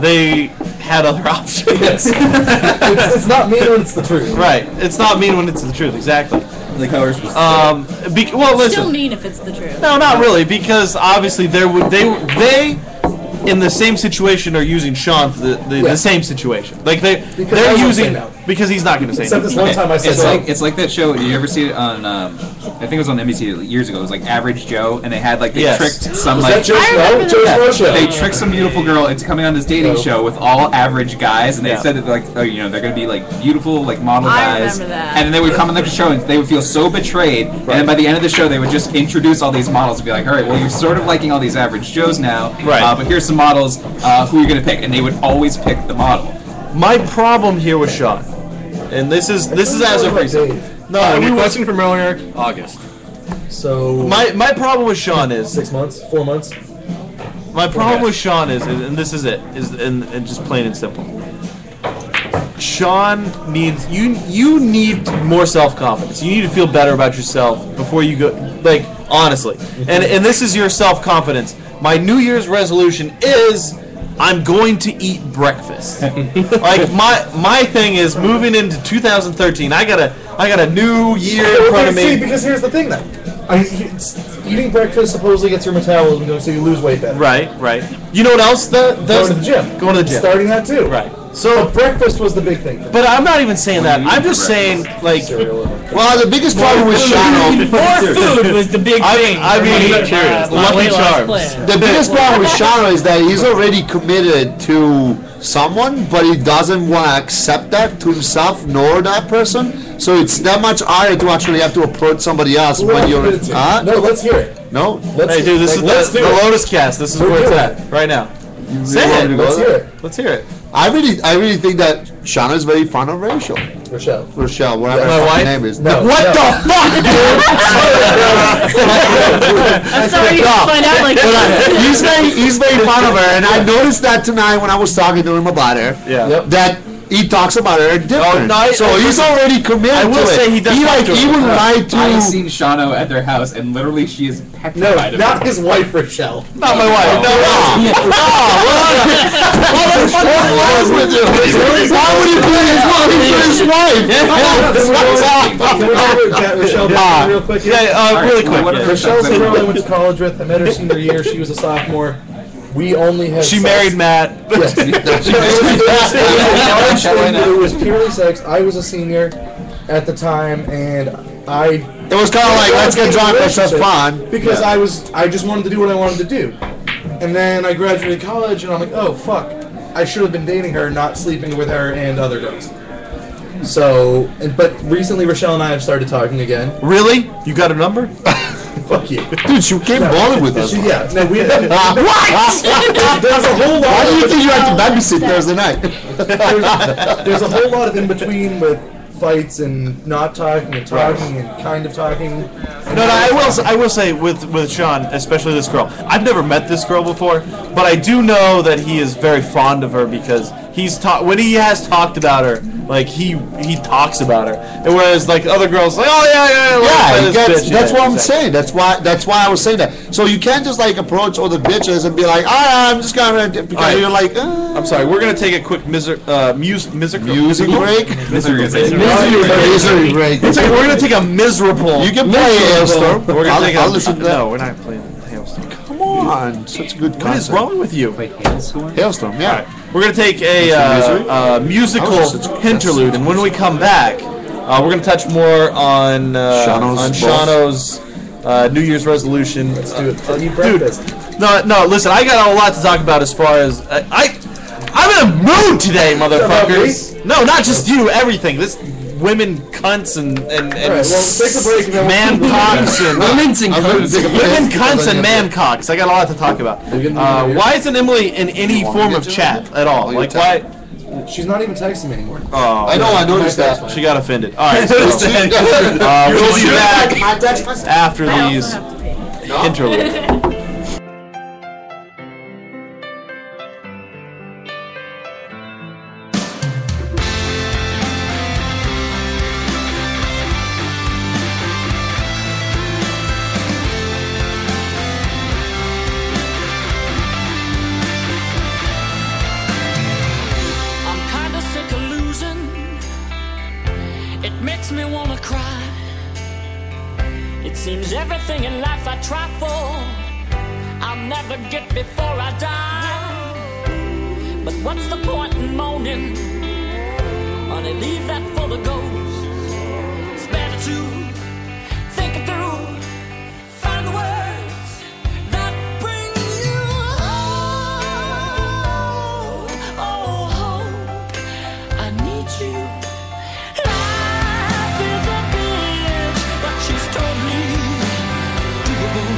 S3: they had other options.
S12: It's, it's not mean when it's the truth.
S3: right. It's not mean when it's the truth, exactly.
S13: Like how we're supposed to.
S3: Um, be- well,
S5: Still
S3: listen.
S5: mean if it's the truth.
S3: No, not really, because obviously there would they they in the same situation are using Sean for the, the,
S12: Yeah.
S3: the same situation. Like they
S12: Because I
S3: they're
S12: won't
S3: using
S12: say no.
S3: because he's not going to say
S12: Except
S3: no.
S12: this one time I said
S6: it's
S12: no.
S6: like it's like that show. You ever see it on? Um, I think it was on NBC years ago. It was like Average Joe, and they had like they
S3: Yes.
S6: tricked some
S12: Is that
S6: like
S12: Joe Schmo? Joe Schmo show.
S6: they tricked some beautiful girl into coming on this dating
S12: No.
S6: show with all average guys, and they
S3: Yeah.
S6: said that like oh you know they're gonna be like beautiful like model
S5: I
S6: guys,
S5: remember that.
S6: and then they would come on the show and they would feel so betrayed, and then by the end of the show they would just introduce all these models and be like all right well you're sort of liking all these average Joes now,
S3: Right.
S6: Uh, but here's some models uh, who you're gonna pick, and they would always pick the model.
S3: My problem here with Sean, and this is this is as a
S12: Dave.
S3: no.
S8: Uh,
S3: we
S8: the
S3: was-
S8: question from earlier, August.
S12: So
S3: my my problem with Sean is
S12: six months, four months.
S3: My problem with Sean is, is- and this is it, is and, and just plain and simple. Sean needs you. You need more self confidence. You need to feel better about yourself before you go. Like honestly, and and this is your self confidence. My New Year's resolution is I'm going to eat breakfast. like my my thing is moving into 2013. I got a I got a new year in front
S12: Okay,
S3: of
S12: see,
S3: me.
S12: because here's the thing though. I mean, it's- eating breakfast supposedly gets your metabolism going, so you lose weight better.
S3: Right, right. You know what else? That
S12: Going
S3: does
S12: to the gym.
S3: Going to the gym.
S12: Starting that too.
S3: Right.
S12: So breakfast was the big thing. For
S3: But I'm not even saying that. I'm just saying, like,
S12: cereal.
S7: Well, the biggest problem with Sean,
S11: More food was the big
S3: I-
S11: thing.
S3: I
S11: for
S3: mean,
S11: me,
S3: Cheerios,
S11: uh, my
S3: Lucky
S11: weight loss
S3: Charms.
S11: plan.
S7: the biggest problem with Sean is that he's already committed to someone, but he doesn't want to accept that to himself nor that person. So it's that much harder to actually have to approach somebody else when you're huh?
S12: no, let's hear it.
S7: no.
S12: Let's
S3: Hey, dude, this
S12: like,
S3: is
S12: let's
S3: the,
S12: do
S3: the
S12: it.
S3: Lotus Cast. This is
S12: We're
S3: where it's
S12: doing
S3: at right now. Say
S7: really
S3: it.
S7: want me to go
S12: Let's
S7: there?
S12: hear it,
S3: Let's hear it.
S7: I really, I really think that Shauna is very fond of Rachel.
S12: Rochelle.
S7: Rochelle, whatever
S3: My
S7: her fucking
S3: wife?
S7: name is.
S12: No,
S7: what
S12: no.
S7: the fuck, dude?
S5: I'm sorry you
S7: no.
S5: find out like
S7: But I- he's very, he's very fond of her, and I noticed that tonight when I was talking to him about her.
S3: Yeah.
S12: Yep.
S7: That he talks about her different.
S3: no, I-
S7: so
S3: I-
S7: he's already committed
S3: I will
S7: to it.
S3: say he does talk
S7: like
S3: to
S7: he
S3: her.
S7: would like to.
S6: I've seen Shano at their house, and literally she is
S12: No,
S6: petrified of
S12: not
S6: him.
S12: his wife, Rochelle.
S3: Not my wife. No, no.
S7: Ah, what the fuck is wrong with you? Why would he put his, why would he put his wife?
S12: Can we talk about that Rochelle
S7: Ah.
S12: Dixon real quick? here?
S3: Yeah, uh,
S6: All right,
S3: really
S6: so
S3: quick.
S6: what
S3: yeah.
S6: are the-
S12: Rochelle's a girl I went to college with. I met her senior year. She was a sophomore. We only had
S3: She
S12: sex.
S3: married Matt.
S12: Yes.
S6: Yeah, shall I now?
S12: it was purely sex. I was a senior at the time, and I
S7: It was kind of like, let's get drunk, let's have fun.
S12: because I was I just wanted to do what I wanted to do, and then I graduated college, and I'm like, oh fuck, I should have been dating her, not sleeping with her and other girls. So, and, but recently Rochelle and I have started talking again.
S3: Really? You got a number?
S12: Fuck you.
S7: Dude, she came balling with us.
S12: Yeah, no, we
S7: Ah,
S12: what? There's a whole lot
S7: Why do you
S12: of-
S7: think you had to babysit Thursday night?
S12: there's, there's a whole lot of in between with fights and not talking and talking and kind of talking.
S3: No, no, I will. s- I will say with with Sean, especially this girl. I've never met this girl before, but I do know that he is very fond of her because he's talked when he has talked about her. Like he he talks about her, and whereas like other girls, like oh yeah yeah yeah. let's play
S7: Yeah,
S3: this
S7: that's,
S3: bitch."
S7: that's
S3: Yeah,
S7: what I'm
S3: exactly.
S7: saying. That's why that's why I was saying that. So you can't just like approach all the bitches and be like, ah, I'm just gonna because
S3: All right.
S7: you're like, uh,
S3: I'm sorry. We're gonna take a quick miser- uh, mus- music
S7: music break,
S14: Misery is a-
S7: misery break.
S3: It's like we're gonna take a miserable.
S7: You can play Hailstorm.
S3: We're gonna
S7: I'll,
S3: take a-
S7: I'll listen to that.
S3: No, we're not playing Hailstorm.
S7: Come on, such a good concept.
S3: What is wrong with you?
S7: Hailstorm,
S3: All
S7: yeah.
S3: right. We're going to take a uh, uh, musical
S7: That was such-
S3: interlude, and when we come back, uh, we're going to touch more on uh,
S7: Shauno's
S3: on
S7: boss.
S3: Shauno's uh, New Year's resolution. Let's
S12: Dude, I'll eat breakfast.
S3: No, no. Listen, I got a lot to talk about as far as I. I I'm in a mood today, motherfuckers. No, not just you. Everything. This women cunts and and, and
S12: Alright, well, take a break and then
S3: man
S12: we'll-
S3: cocks and women's
S7: I'm gonna take a
S3: Women
S7: piss.
S3: cunts and man cocks. I got a lot to talk about.
S12: getting
S3: Uh,
S12: weird.
S3: why isn't Emily in any
S7: want me
S3: form
S7: to
S3: of
S7: do it?
S3: chat at all?
S7: you
S3: Like
S7: tell
S3: why?
S12: She's not even texting me anymore.
S3: Oh,
S7: I know, I noticed that.
S3: she got offended. All right, so, uh, we'll be back after
S15: I
S3: these
S15: also have to pee.
S3: interludes.
S11: I'm kinda sick of losing. It makes me wanna cry. It seems everything in life I try for, I'll never get before I die. But what's the point in moaning? Honey, leave that for the ghosts. It's better to think it through. Find the words that bring you home. Oh, home. I need you. Life is a bitch, but she's totally doable.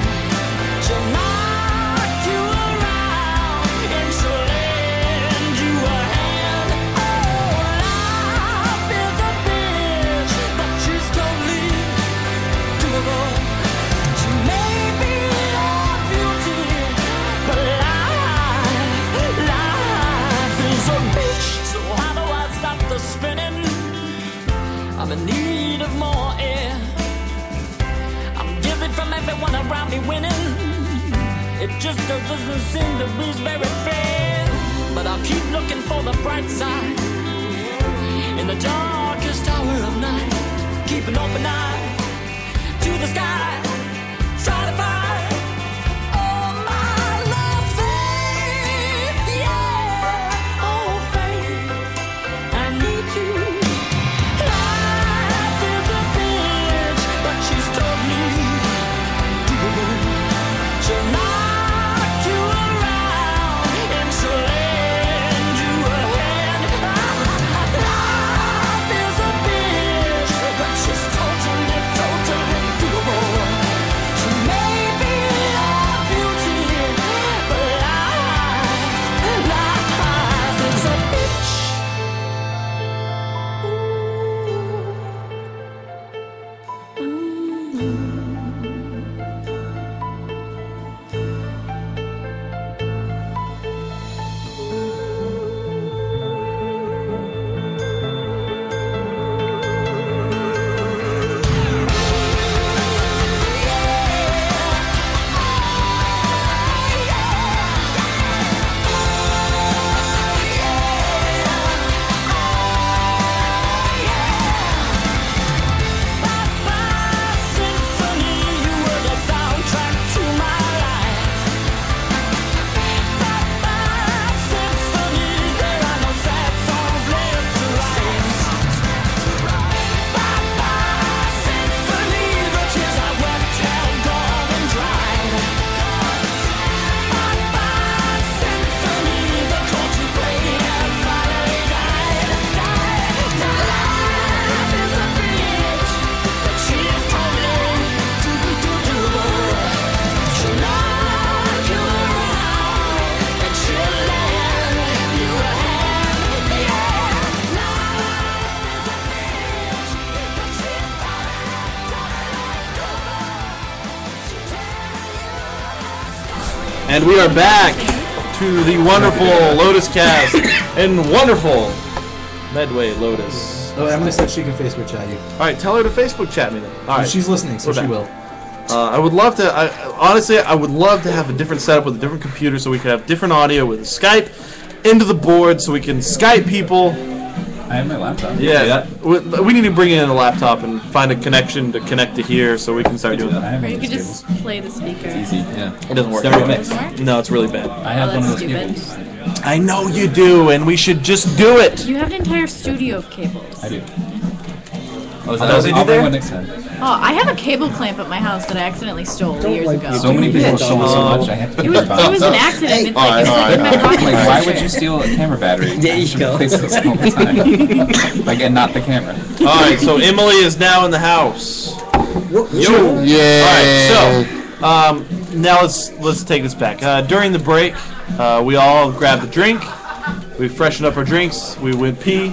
S11: She'll knock you around and she'll lend you a hand. Oh, life is a bitch, but she's totally doable. She may be a beauty, but life, life is a bitch. So how do I stop the spinning? I'm in need of more air. I'm giving from everyone around me winning. It just doesn't seem to be very fair. But I'll keep looking for the bright side. In the darkest hour of night, keep an open eye to the sky. Try to find all my love, faith, yeah, oh faith, I need you. Life is a bitch, but she's totally doable. She'll knock you around and she'll lend you a hand. Life is a bitch, but she's totally, totally doable. She may
S3: And we are back to the wonderful Lotus cast and wonderful Medway Lotus.
S12: Oh, Emily said she can Facebook chat you.
S3: All right, tell her to Facebook chat me then. All right,
S12: She's listening, so
S3: We're
S12: she
S3: back.
S12: will.
S3: Uh, I would love to. I, I- honestly, I would love to have a different setup with a different computer, so we could have different audio with Skype into the board, so we can Skype people.
S6: I have my laptop.
S3: Yeah, we, we need to bring in a laptop and find a connection to connect to here, so we can start doing that.
S5: Or you could just play the speaker.
S6: yeah.
S3: It doesn't work.
S5: Stereo mix. Doesn't work?
S3: No, it's really bad.
S5: I have Oh, one of that's those stupid.
S3: I know you do, and we should just do it.
S5: You have an entire studio of cables.
S6: I do.
S3: Oh,
S6: is
S3: that
S6: that-
S3: what they
S6: I'll bring
S3: did there?
S6: one next time.
S5: Oh, I have a cable clamp at my house that I accidentally stole years ago.
S6: So many people stole so
S3: Oh.
S6: much. I had to
S5: It was-
S6: find
S5: it was an accident. It's like- it's like in my pocket.
S6: Like, why would you steal a camera battery? There you go. Replace those all the time. like, and not the camera.
S3: All right, so Emily is now in the house. Yo. All right, so um, now let's let's take this back. Uh, during the break, uh, we all grabbed a drink. We freshened up our drinks. We went pee.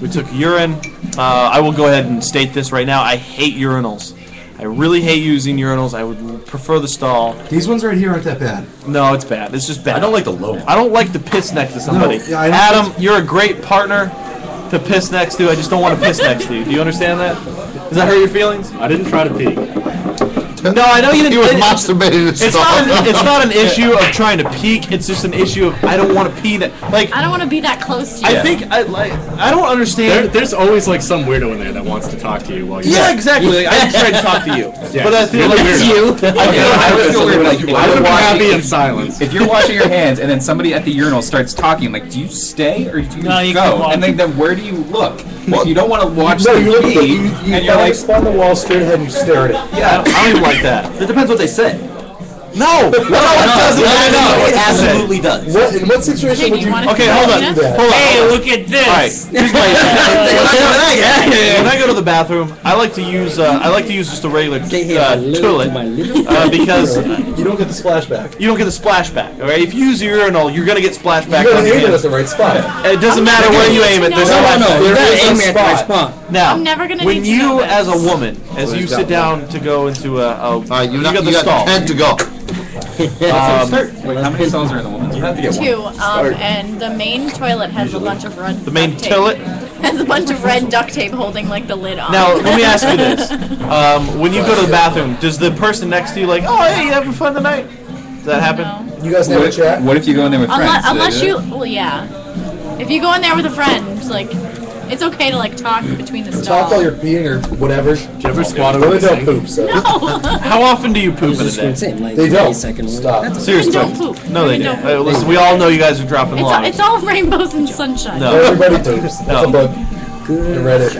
S3: We took urine. Uh, I will go ahead and state this right now. I hate urinals. I really hate using urinals. I would prefer the stall.
S12: These ones right here aren't that bad.
S3: No, it's bad. It's just bad. I
S4: don't like the low one.
S3: I don't like to piss next to somebody.
S12: yeah, I don't
S3: Adam, you're a great partner to piss next to. I just don't want to piss next to you. Do you understand that? Does that hurt your feelings?
S8: I didn't try to pee.
S3: No, I know you didn't.
S7: He was
S3: it-
S7: masturbating and
S3: It's
S7: stuff.
S3: not, an, it's not an issue of trying to peek. It's just an issue of I don't want to pee. That like
S5: I don't want to be that close to you.
S3: I think I like I don't
S8: There,
S3: understand.
S8: there's always like some weirdo in there that wants to talk to you while you're.
S3: yeah, exactly. Like, I just tried to talk to you,
S8: Yeah,
S3: but I feel like
S8: you.
S3: I feel
S6: I would feel weird, like, if
S8: I
S6: you're
S8: would be
S6: watching-
S8: happy in silence.
S6: If you're washing your hands and then somebody at the urinal starts talking, like, do you stay or do you
S9: No, you can
S6: go?
S9: walk.
S6: And then, then where do you look? Well, you don't want to watch
S12: No,
S6: the
S12: you look at
S6: pee,
S12: the- you, you
S6: and you're like,
S12: spun the wall straight ahead and you stare at it.
S3: I don't, I don't even like that.
S4: It depends what they say.
S3: No, no, it doesn't.
S4: no,
S3: matter.
S4: it absolutely does.
S12: What, in what situation
S5: Jane,
S12: would
S5: you
S12: you
S5: wanna
S3: Okay, hold on.
S5: Yes.
S12: do that?
S3: Hold on.
S9: Hey,
S3: hold on.
S9: look at this.
S3: All right. Here's my- when I go to the bathroom, I like to use uh, I like to use just a regular uh, toilet uh, because
S12: You don't get the splashback.
S3: you don't get the splashback. All right, if you use a urinal, you're gonna get splashback.
S12: You gotta
S3: on your
S12: aim it
S3: hand.
S12: at the right spot.
S3: It doesn't matter where you aim it. There's
S5: No,
S3: no,
S5: no,
S3: no,
S12: There
S10: gotta
S12: is a
S10: aim at the right
S12: spot.
S10: spot.
S3: Now,
S5: I'm never gonna
S3: when
S5: need to know
S3: you,
S5: this.
S3: as a woman, as you
S12: there's
S3: sit
S12: that
S3: down to go into a, a
S7: All right, you,
S3: you
S7: not,
S3: got the
S7: you
S3: stall.
S7: got 10 to go.
S3: Um,
S6: wait, how many stalls are in the woman's? You have to get
S5: Two, um, and the main toilet has a bunch of red.
S3: The main
S5: duct tape.
S3: toilet?
S5: has a bunch of red duct tape holding like the lid on.
S3: now, let me ask you this: um, When you go to the bathroom, does the person next to you like, oh hey, you having fun tonight? Does that happen?
S5: No.
S12: You guys never
S6: What,
S12: chat.
S6: what if you go in there with
S5: Unless,
S6: friends?
S5: unless you, well, yeah. If you go in there with a friend, it's like, it's okay to like talk between the
S12: Talk
S5: stalls.
S12: while you're peeing or whatever.
S8: you ever squat over
S12: Women
S8: the sink?
S12: don't poop, so.
S3: How often do you poop in a
S10: Just
S3: day?
S10: gonna say, like,
S12: They
S10: 30
S12: don't.
S10: second one.
S12: Stop.
S10: That's-
S3: Seriously,
S5: Women don't poop.
S3: no, they
S5: Women
S3: don't. Uh,
S5: don't poop.
S3: listen, we all know you guys are dropping
S5: It's all,
S3: lines.
S5: it's all rainbows and sunshine.
S3: no,
S12: Everybody poops. That's a book. You read it.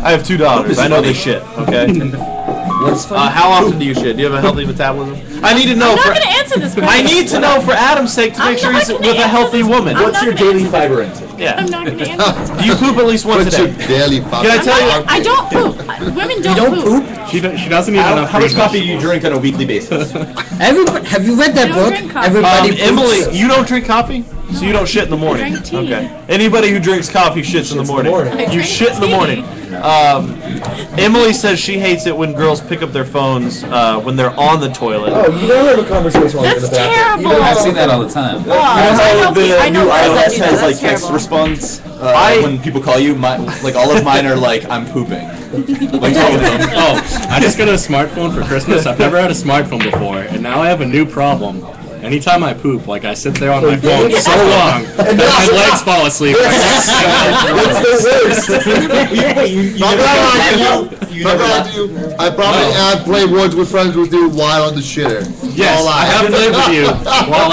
S3: I have two daughters. I know this shit. Okay.
S10: What's
S3: Uh,
S10: funny?
S3: how often do you shit? Do you have a healthy metabolism? I need to know
S5: I'm not
S3: for.
S5: gonna answer this question.
S3: I need to know for Adam's sake to
S5: I'm
S3: make sure
S5: not
S3: he's
S5: gonna
S3: with a
S5: answer
S3: healthy
S5: this.
S3: woman.
S5: I'm
S12: What's
S5: not
S12: your
S5: gonna
S12: daily fiber intake?
S3: Yeah.
S5: I'm not gonna answer this
S3: Do you poop at least once a
S7: But you
S3: day?
S7: barely
S3: Can I tell you-
S5: I, I don't poop. I- Women don't, poop.
S8: She, do- she doesn't even
S4: How,
S8: have
S4: how much
S8: freedom.
S4: coffee do you drink on a weekly basis?
S10: Everybody, have you read that
S5: I don't
S10: book?
S5: drink coffee.
S10: Everybody
S3: Um,
S10: poops.
S3: Emily, you don't drink coffee, so you don't shit in the morning.
S5: drink tea.
S3: Okay. Anybody who drinks coffee shits in the morning.
S12: morning. I
S3: You
S5: drink
S3: shit in the
S5: tea.
S3: morning. Um, Emily says she hates it when girls pick up their phones uh, when they're on the toilet.
S12: Oh, you never have a conversation while you're in the
S5: That's
S12: bathroom.
S5: terrible. Oh,
S12: Even
S6: I've seen that all the time.
S5: I know
S4: the
S5: pe- I know
S4: new
S5: girls that
S4: iOS
S5: do that.
S4: has
S5: That's
S4: like text
S5: terrible.
S4: response. Uh,
S3: I-
S4: when people call you, my, like all of mine are like I'm pooping. Like all of them.
S8: Oh, I just got a smartphone for Christmas. I've never had a smartphone before, and now I have a new problem. Anytime I poop, like I sit there on my phone so long that my legs fall asleep.
S12: That's the worst.
S4: You- wait, you, you never- you never-
S7: I probably
S8: Oh.
S12: Oh.
S7: I play words with friends with you while on the shitter.
S8: yes,
S7: All
S8: I
S7: I-
S8: have lived with you while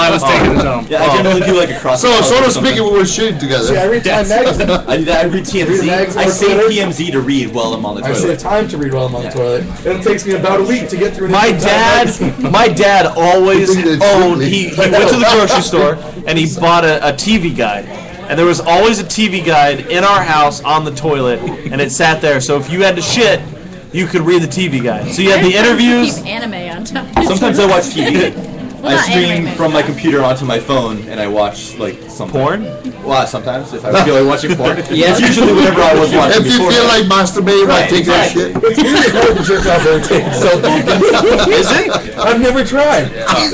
S8: I was taking Oh. a dump.
S4: Yeah, I generally do like a cross.
S7: So, so to speak, we were shitting together.
S12: See, I read Time Magazine.
S4: I, do that- I read TMZ.
S12: Mags
S4: I
S12: or
S4: save
S12: Twitter?
S4: TMZ to read while I'm on the
S12: I
S4: toilet.
S12: save time to read while I'm on the toilet. And it takes me about a week to get through an
S3: My
S12: entire magazine.
S3: dad, my dad always
S7: You think they
S3: owned.
S7: shoot me?
S3: Oh, He, he went to the grocery store and he bought a, a TV guide, and there was always a TV guide in our house on the toilet, and it sat there. So if you had to shit, you could read the TV guide. So you had the
S5: They're trying to
S3: interviews.
S5: Keep anime on top.
S4: Sometimes I watch TV. I
S5: not
S4: stream
S5: anime,
S4: from my computer onto my phone and I watch like some porn. Well, sometimes if I feel like watching porn.
S7: Yeah.
S4: It's usually whatever I was watching.
S7: If you
S4: before.
S7: feel like masturbating, I take that shit.
S4: Is it?
S12: I've never tried. I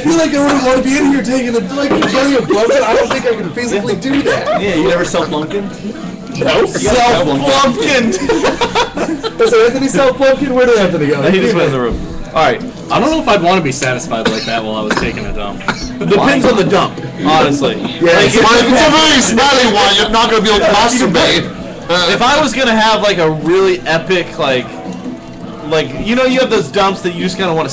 S12: feel like I wouldn't want to be in here taking a like plenty of bloated. I don't think I can physically do that.
S4: Yeah, you never self lumpkin?
S12: No.
S4: Self lumpkin.
S12: That's Anthony self lumpkin. Where did Anthony go?
S8: He just went in the
S3: room. Alright.
S8: I don't know if I'd want to be satisfied like that while I was taking a dump.
S3: Depends on the dump, honestly.
S8: Yeah,
S3: Like,
S8: it's fine.
S7: If it's a very smelly one, you're not gonna be able to masturbate.
S3: if I was gonna have like a really epic like like you know you have those dumps that you just kind of want to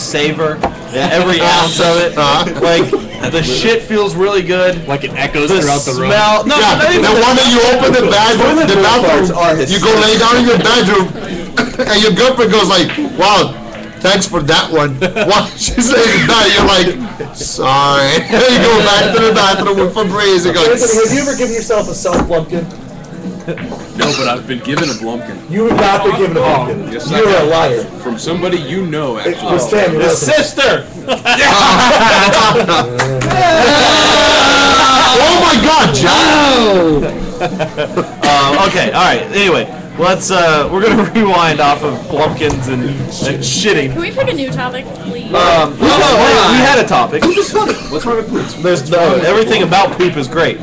S3: savor every ounce of it
S7: Uh-huh.
S3: like the shit feels really good
S8: like it echoes
S7: throughout the room.
S3: smell no
S7: Yeah,
S3: not even
S7: the one that you open the bathroom, the bathroom, you go lay down in your bedroom, and your girlfriend goes like, "Wow, thanks for that one." Why she says that? You're like, "Sorry." you go back to the bathroom with Febreze and go.
S12: Anthony, have you ever given yourself a self lumpkin?
S11: No, but I've been given a Blumpkin. Oh,
S12: You have not been given a lumpkin.
S11: Yes,
S12: You're
S11: I
S12: a
S11: have.
S12: liar.
S11: From somebody you know, actually.
S12: was Sam, it wasn't.
S3: sister!
S7: oh my god,
S3: John! um, okay, alright. Anyway, let's uh we're gonna rewind off of plumpkins and, and shitting.
S5: Can we pick a new topic, please?
S3: Um, no, no, wait, we had a topic. What's wrong with poops? There's no, everything about poop is great.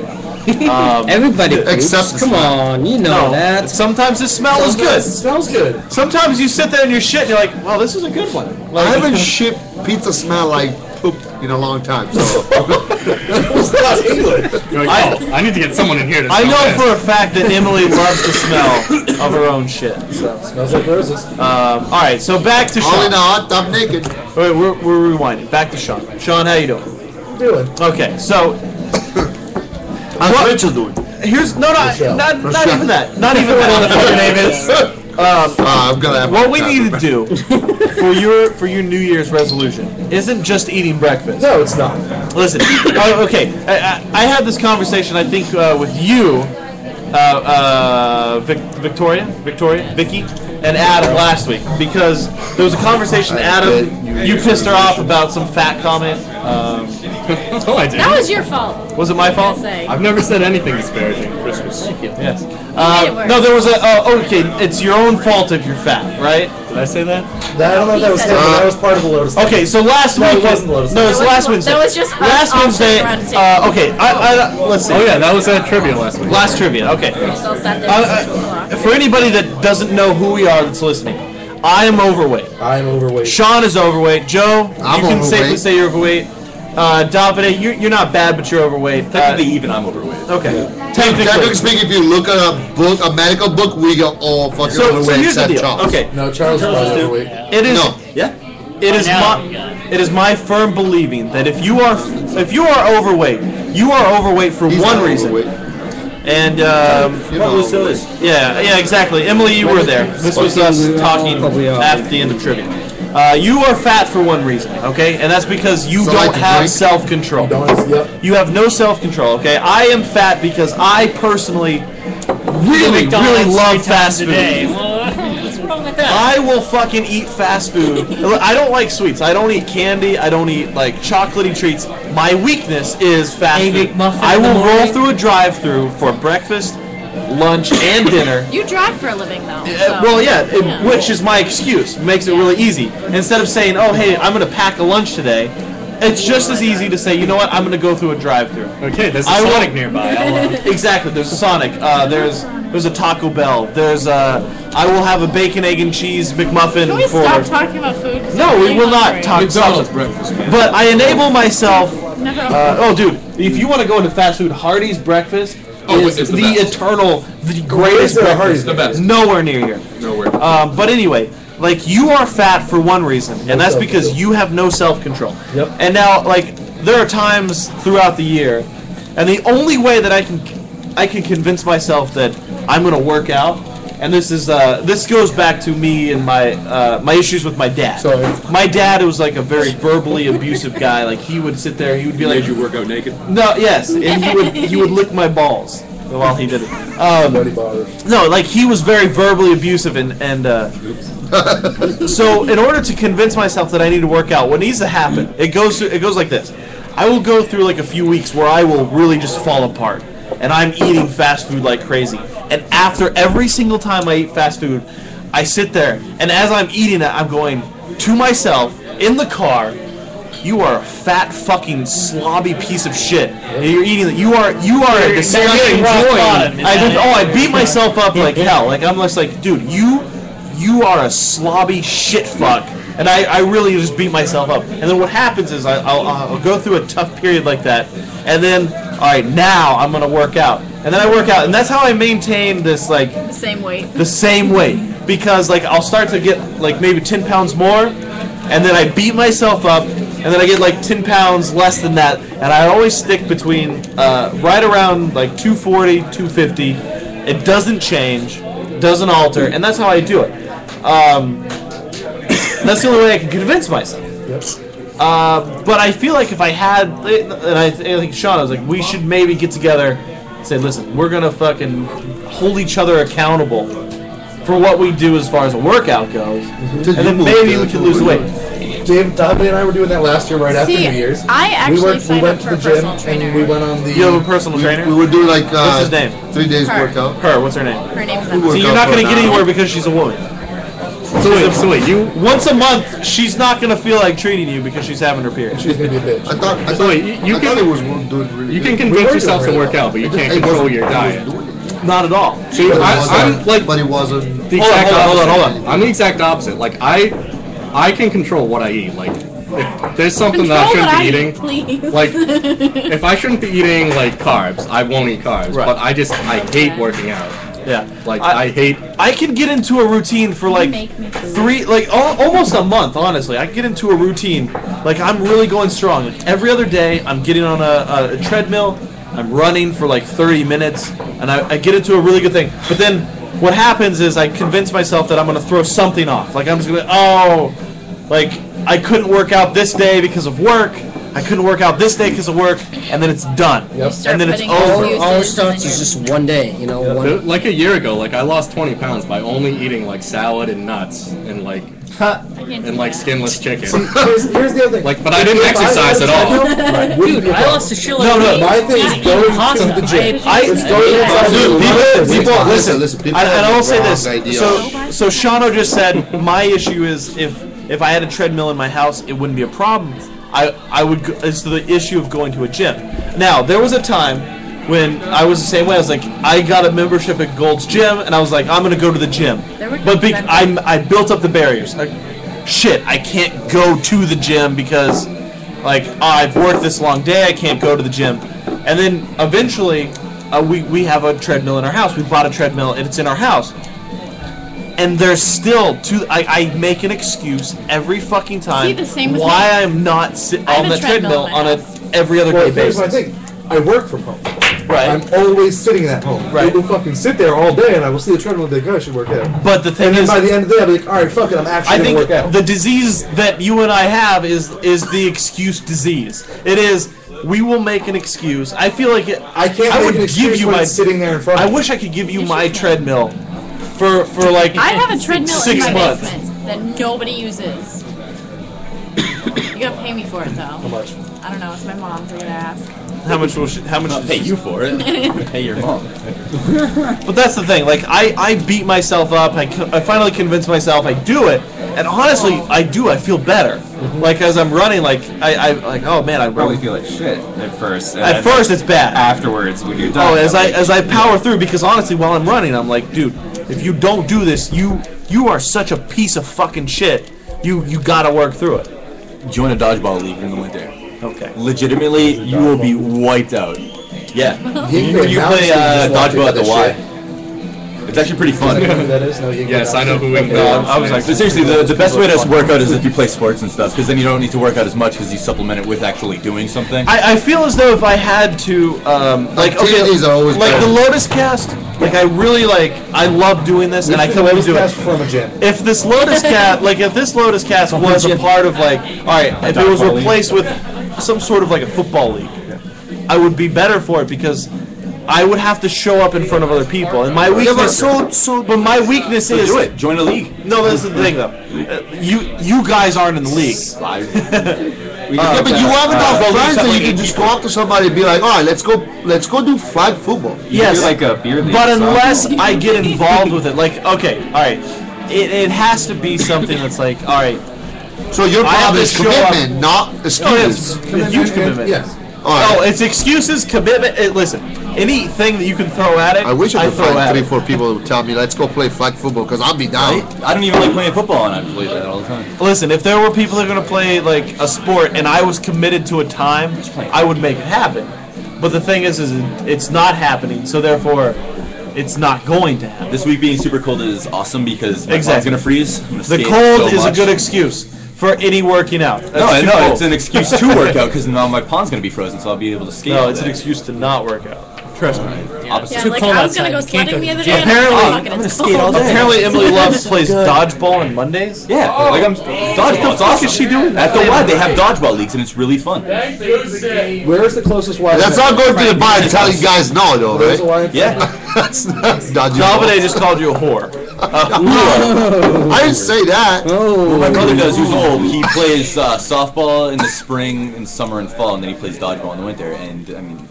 S3: Um,
S10: Everybody poops. Come on, you know
S3: that. Sometimes the smell is good.
S10: Sometimes it
S12: smells good.
S3: Sometimes you sit there in your shit and you're like, well, this is a good one.
S7: I
S3: Like,
S7: haven't shipped pizza smell like poop in a long time, so.
S8: You're like, oh, I, need to get someone in here to
S3: I
S8: smell
S3: know
S8: this.
S3: for a fact that Emily loves the smell of her own shit. smells like roses. Um, all right, so back to Sean.
S7: All in a hot tub naked.
S3: Wait, we're, we're rewinding. Back to Sean. Sean, how you doing?
S12: Doing.
S3: Okay, so
S7: How's Rachel doing?
S3: Here's no, not
S7: Rochelle.
S3: not, not
S7: Rochelle.
S3: even that. Not even that. What the fuck her name is? Um,
S7: I'm gonna have
S3: what we need to do for your for your New Year's resolution isn't just eating breakfast.
S12: No, it's not.
S3: Listen, uh, okay, I, I, I had this conversation I think uh, with you, uh, uh, Vic, Victoria, Victoria, Vicky, and Adam last week because there was a conversation. Adam, you pissed her off about some fat comment. Um,
S8: no, I
S5: That was your fault.
S3: Was it my fault?
S5: Say.
S8: I've never said anything disparaging for Christmas.
S3: Yes. Uh, no, there was a. Oh, okay, it's your own fault if you're fat, right? Did I say that?
S12: I don't know if that was him, but that was part of the Lotus.
S3: Okay, so last
S12: No, it
S3: week
S12: wasn't Lotus
S3: No, it's
S12: Lotus.
S3: last Wednesday.
S5: That was just us
S3: last
S5: all
S3: Wednesday.
S5: sitting around a table.
S3: Uh, okay, I, I, let's see.
S8: Oh, yeah, that was at trivia last week.
S3: Last trivia. Okay.
S5: We just all sat there
S3: I-
S5: till
S3: I-
S5: two o'clock.
S3: For anybody that doesn't know who we are that's listening, I am overweight.
S12: I am overweight.
S3: Sean is overweight. Joe,
S7: I'm
S3: you can safely
S7: overweight.
S3: say you're overweight. Uh, Davide, you're, you're not bad, but you're overweight. Uh, Technically,
S4: even I'm overweight.
S3: Okay.
S7: Technically, speaking, if you look at a book, a medical book, we go all fucking
S3: So- so
S7: overweight
S3: here's the
S7: except
S3: deal.
S7: Charles.
S3: Okay.
S12: No,
S3: Charles
S12: Charles is
S3: is
S12: not
S3: too.
S12: overweight.
S3: It is.
S7: No.
S3: Yeah. It is my. It is my firm believing that if you are if you are overweight, you are overweight for one reason. And um,
S7: Well, we still
S3: is. Yeah, yeah, exactly. Emily, you were there. This was us
S7: uh,
S3: talking after the end of trivia. Uh, you are fat for one reason, okay, and that's because you
S7: So
S3: don't
S7: like a
S3: have
S7: drink?
S3: self control.
S12: Yep.
S3: You have no self control, okay. I am fat because I personally really, really
S9: McDonald's
S3: love
S9: three
S3: fast
S9: times a
S3: food.
S9: day. Well, what's wrong with
S3: I
S9: that?
S3: will fucking eat fast food. Look, I don't like sweets. I don't eat candy. I don't eat like chocolatey treats. My weakness is fast
S9: A
S3: food.
S9: McMuffin
S3: I
S9: in the
S3: will roll
S9: morning?
S3: through a drive-through for breakfast, lunch, and dinner.
S5: You drive for a living, though.
S3: Uh,
S5: so-
S3: well, yeah, it, which is my excuse. Makes it really easy. Instead of saying, "Oh, hey, I'm gonna pack a lunch today," it's just as easy to say, "You know what? I'm gonna go through a drive-through."
S8: Okay, there's a
S3: I
S8: Sonic
S3: will-
S8: nearby. I'll, uh,
S3: Exactly. There's a Sonic. Uh, there's there's a Taco Bell. There's a I will have a bacon, egg, and cheese McMuffin
S5: Can we
S3: for.
S5: stop talking about food? 'Cause
S3: No,
S5: I'm
S3: we
S5: really
S3: will not
S5: hungry.
S3: talk McDonald's
S11: breakfast.
S3: But I enable myself.
S5: Never.
S3: Uh, oh, dude, if you want to go into fast food, Hardee's breakfast
S11: Oh,
S3: is
S11: it's
S3: the,
S11: the best.
S3: eternal, the
S12: Where's
S3: greatest
S12: there a
S3: breakfast.
S12: Hardee's?
S11: The best.
S3: Nowhere near here.
S11: Nowhere.
S3: Um, but anyway, like you are fat for one reason, and that's because
S12: self-control.
S3: you have no self control.
S12: Yep.
S3: And now, like, there are times throughout the year, and the only way that I can, I can convince myself that I'm gonna work out, and this is, uh, this goes back to me and my, uh, my issues with my dad.
S12: Sorry.
S3: My dad was like a very verbally abusive guy. Like he would sit there, he would be like,
S11: Made you work out naked?
S3: no, yes, and he would he would lick my balls while he did it. Um,
S12: Nobody bothers.
S3: no, like he was very verbally abusive and and uh, so in order to convince myself that I need to work out, what needs to happen? It goes it goes like this. I will go through like a few weeks where I will really just fall apart, and I'm eating fast food like crazy. And after every single time I eat fast food, I sit there, and as I'm eating it, I'm going to myself in the car. You are a fat fucking slobby piece of shit. And You're eating. it. You are. You are a
S1: You're-
S3: disgusting
S1: you're rock bottom,
S3: joint.
S1: man.
S3: I did- oh, I beat myself up like hell. Like I'm just like, dude, you you are a slobby shit fuck. And I, I really just beat myself up. And then what happens is I, I'll, I'll go through a tough period like that. And then, all right, now I'm going to work out. And then I work out. And that's how I maintain this, like,
S5: Same weight.
S3: oh. the same way because like I'll start to get like maybe 10 pounds more and then I beat myself up and then I get like 10 pounds less than that and I always stick between uh, right around like 240 250 it doesn't change doesn't alter and that's how I do it um, that's the only way I can convince myself uh, but I feel like if I had, and I, I think Sean, I was like, we should maybe get together, and say, listen, we're gonna fucking hold each other accountable for what we do as far as a workout goes, and then maybe we can lose the weight.
S12: Mm-hmm. Dave, Dobby and I were doing that last year right
S5: See,
S12: after New Year's.
S5: I actually
S12: we went,
S5: signed
S12: we went
S5: up
S12: to
S5: for
S12: the
S5: a
S12: gym
S5: personal
S12: and we went on the.
S3: You have a personal trainer?
S7: We would do like uh,
S3: What's his name?
S7: three days
S5: Her.
S7: workout.
S3: Her. What's her name?
S5: Her name's
S3: So you're not gonna get anywhere because she's a woman. So wait, so wait, you once a month, she's not gonna feel like treating you because she's having her period. She's
S12: gonna be a bitch.
S7: I thought. I
S3: so wait, you, you can.
S8: You can convince yourself to work out, but you can't control your diet.
S3: Not at all.
S8: So you- I, I'm like
S7: but he wasn't.
S8: the exact opposite. I'm the exact opposite. Like I, I can control what I eat. Like if there's something that I
S5: Control
S8: shouldn't
S5: what
S8: be
S5: eat,
S8: eating,
S5: please.
S8: like, if I shouldn't be eating like carbs, I won't eat carbs. But I just I hate working out.
S3: Yeah.
S8: Like I, hate.
S3: I can get into a routine for like three, like al- almost a month. Honestly, I can get into a routine. Like I'm really going strong. Like, every other day, I'm getting on a, a, a treadmill. I'm running for like 30 minutes, and I, I get into a really good thing. But then, what happens is I convince myself that I'm gonna throw something off. Like I'm just gonna oh, like I couldn't work out this day because of work. I couldn't work out this day because of work, and then it's done. And then it's over.
S10: All, all it starts is just one day, you know.
S8: Th-
S10: One,
S8: Like a year ago, like I lost 20 pounds by only eating like salad and nuts and like and like skinless chicken.
S12: Here's, here's the other thing.
S8: Like, but I didn't
S12: If
S8: exercise at
S12: had a
S8: all.
S12: treadmill,
S8: Right.
S12: wouldn't be a
S9: Dude, I
S12: problem.
S9: lost a shitload
S12: No,
S9: of
S12: no,
S9: weight.
S12: my thing
S9: Yeah,
S12: is
S9: eating
S12: going
S9: pasta.
S12: to the gym.
S9: I-
S12: It's going
S9: Yeah.
S12: to the gym.
S3: People,
S12: Listen,
S3: people,
S7: listen,
S3: listen,
S7: listen, people
S3: and, and I will
S7: have
S3: say
S7: wrong
S3: this.
S7: ideas.
S9: Oh
S3: So, so Shano just said my issue is if if I had a treadmill in my house, it wouldn't be a problem. I I would. Go, it's the issue of going to a gym. Now there was a time when I was the same way. I was like, I got a membership at Gold's Gym, and I was like, I'm gonna go to the gym.
S1: There were
S3: But be-
S1: times
S3: I I built up the barriers. Like, shit, I can't go to the gym because like "Oh, I've worked this long day, I can't go to the gym. And then eventually, uh, we we have a treadmill in our house. We bought a treadmill, and it's in our house. And there's still two. I, I make an excuse every fucking time
S5: the same with
S3: why
S5: me.
S3: I'm not sitting
S5: I have
S3: on
S5: a
S3: the
S5: treadmill
S3: treadmill,
S5: in
S3: on
S5: my
S3: a every other
S12: Well,
S3: day
S12: here's my
S3: basis.
S12: thing. I work from home.
S3: Right.
S12: I'm always sitting at home.
S3: Right.
S12: I will fucking sit there all day, and I will see the treadmill and think, oh, I should work out.
S3: But the thing
S12: and then
S3: is-
S12: by the end of the day, I'll be like, all right, fuck it, I'm actually
S3: I
S12: gonna
S3: think
S12: work out.
S3: the disease that you and I have is is the excuse disease. It is we will make an excuse. I feel like it, I
S12: can't make
S3: would
S12: an
S3: give
S12: excuse
S3: you
S12: when
S3: my
S12: it's sitting there in front
S3: I
S12: of me.
S3: wish I could give you my treadmill for for like
S5: I have a treadmill
S3: six
S5: in my
S3: months.
S5: basement that nobody uses. you gotta pay me for it though. How
S12: much?
S5: I don't know. It's my mom's. I'm gonna ask.
S3: How much will she, how much? I'll pay you for
S5: it.
S3: pay your mom. but that's the thing. Like I, I beat myself up. I, co- I finally convinced myself I do it, and honestly, I do. I feel better. Like as I'm running, like I, I like oh man, I
S6: probably feel like shit at first. and
S3: At
S6: then
S3: first, it's bad.
S6: Afterwards, when you're done.
S3: Oh, as I as I power through, because honestly, while I'm running, I'm like, dude, if you don't do this, you you are such a piece of fucking shit. You you gotta work through it.
S4: Join a dodgeball league in the winter.
S3: Okay.
S4: Legitimately, you will be wiped out. Yeah.
S12: You
S4: You,
S12: can
S4: you
S12: bounce
S4: play
S12: and
S4: uh,
S12: just walk
S4: dodgeball at
S12: into
S4: the
S12: that
S4: Y. It's actually pretty fun.
S12: Is that who that is? No, you
S8: Yes, I know who Ingrid
S4: No,
S3: um,
S8: is.
S4: I was like, but seriously, the, the best way to work out is if you play sports and stuff, because then you don't need to work out as much because you supplement it with actually doing something.
S3: I, I feel as though if I had to, um, like, okay,
S4: Activities are always
S3: like
S4: better.
S3: the Lotus Cast. Like, I really like, I love doing this, and I can always do it.
S12: from a gym.
S3: If this Lotus Cat, like, if this Lotus Cast was a part of like, all right, if it was replaced with some sort of like a football league, I would be better for it because I would have to show up in front of other people, and my
S7: Yeah, but
S3: weakness.
S7: so-
S3: but my weakness
S7: So
S3: is
S7: do it. Join a league.
S3: No, that's the thing though. Uh, you you guys aren't in the league. Ah,
S7: yeah, but you have enough
S3: Uh,
S7: friends
S3: except
S7: that you
S3: like
S7: can just go up to somebody and be like, all right, let's go, let's go do flag football.
S3: Yes, but unless
S7: Oh,
S3: I get involved with it, like okay, all right, it, it has to be something that's like all right.
S7: So your
S3: I have
S7: problem
S3: to
S7: is
S3: show up-
S7: commitment, not excuses.
S3: Oh, it's a huge commitment.
S7: Yes.
S3: No, it's excuses, commitment. It, listen, anything that you can throw at it,
S7: I wish I could
S3: throw at
S7: find three,
S3: it.
S7: four people that would tell me, let's go play flag football, because I'll be down.
S4: I don't even like playing football, and I believe that all the time.
S3: Listen, if there were people that are going to play like a sport, and I was committed to a time, I would make it happen. But the thing is, is it's not happening. So therefore, it's not going to happen.
S4: This week being super cold is awesome because my
S3: Exactly.
S4: exactly. gonna freeze. I'm gonna
S3: The
S4: skate
S3: cold
S4: so
S3: is a
S4: much.
S3: good excuse for any working out.
S4: No, I
S3: too
S4: know
S3: cold.
S4: it's an excuse to work out because now my pond's gonna be frozen, so I'll be able to skate.
S3: No, it's an
S4: excuse
S3: to not work out. Trust me.
S4: Opposite.
S5: Yeah, like I was gonna go sledding the other day. and
S3: Apparently,
S5: I'm like, fuck it, it's cold.
S3: Apparently, Emily Love plays dodgeball on Mondays.
S4: Yeah, like I'm dodgeball. What is she doing? At the Y, they have dodgeball leagues, and it's really fun.
S12: Where is the closest Y?
S4: That's not going to the bar and
S7: tell you guys no, though, right?
S12: There's a Y in
S4: Yeah.
S7: That's not dodgy.
S3: Valverde just called you a whore.
S4: uh,
S3: Oh.
S7: I didn't say that.
S4: Well, my brother does. Who's old? He plays uh, softball in the spring and summer and fall, and then he plays dodgeball in the winter. And I mean,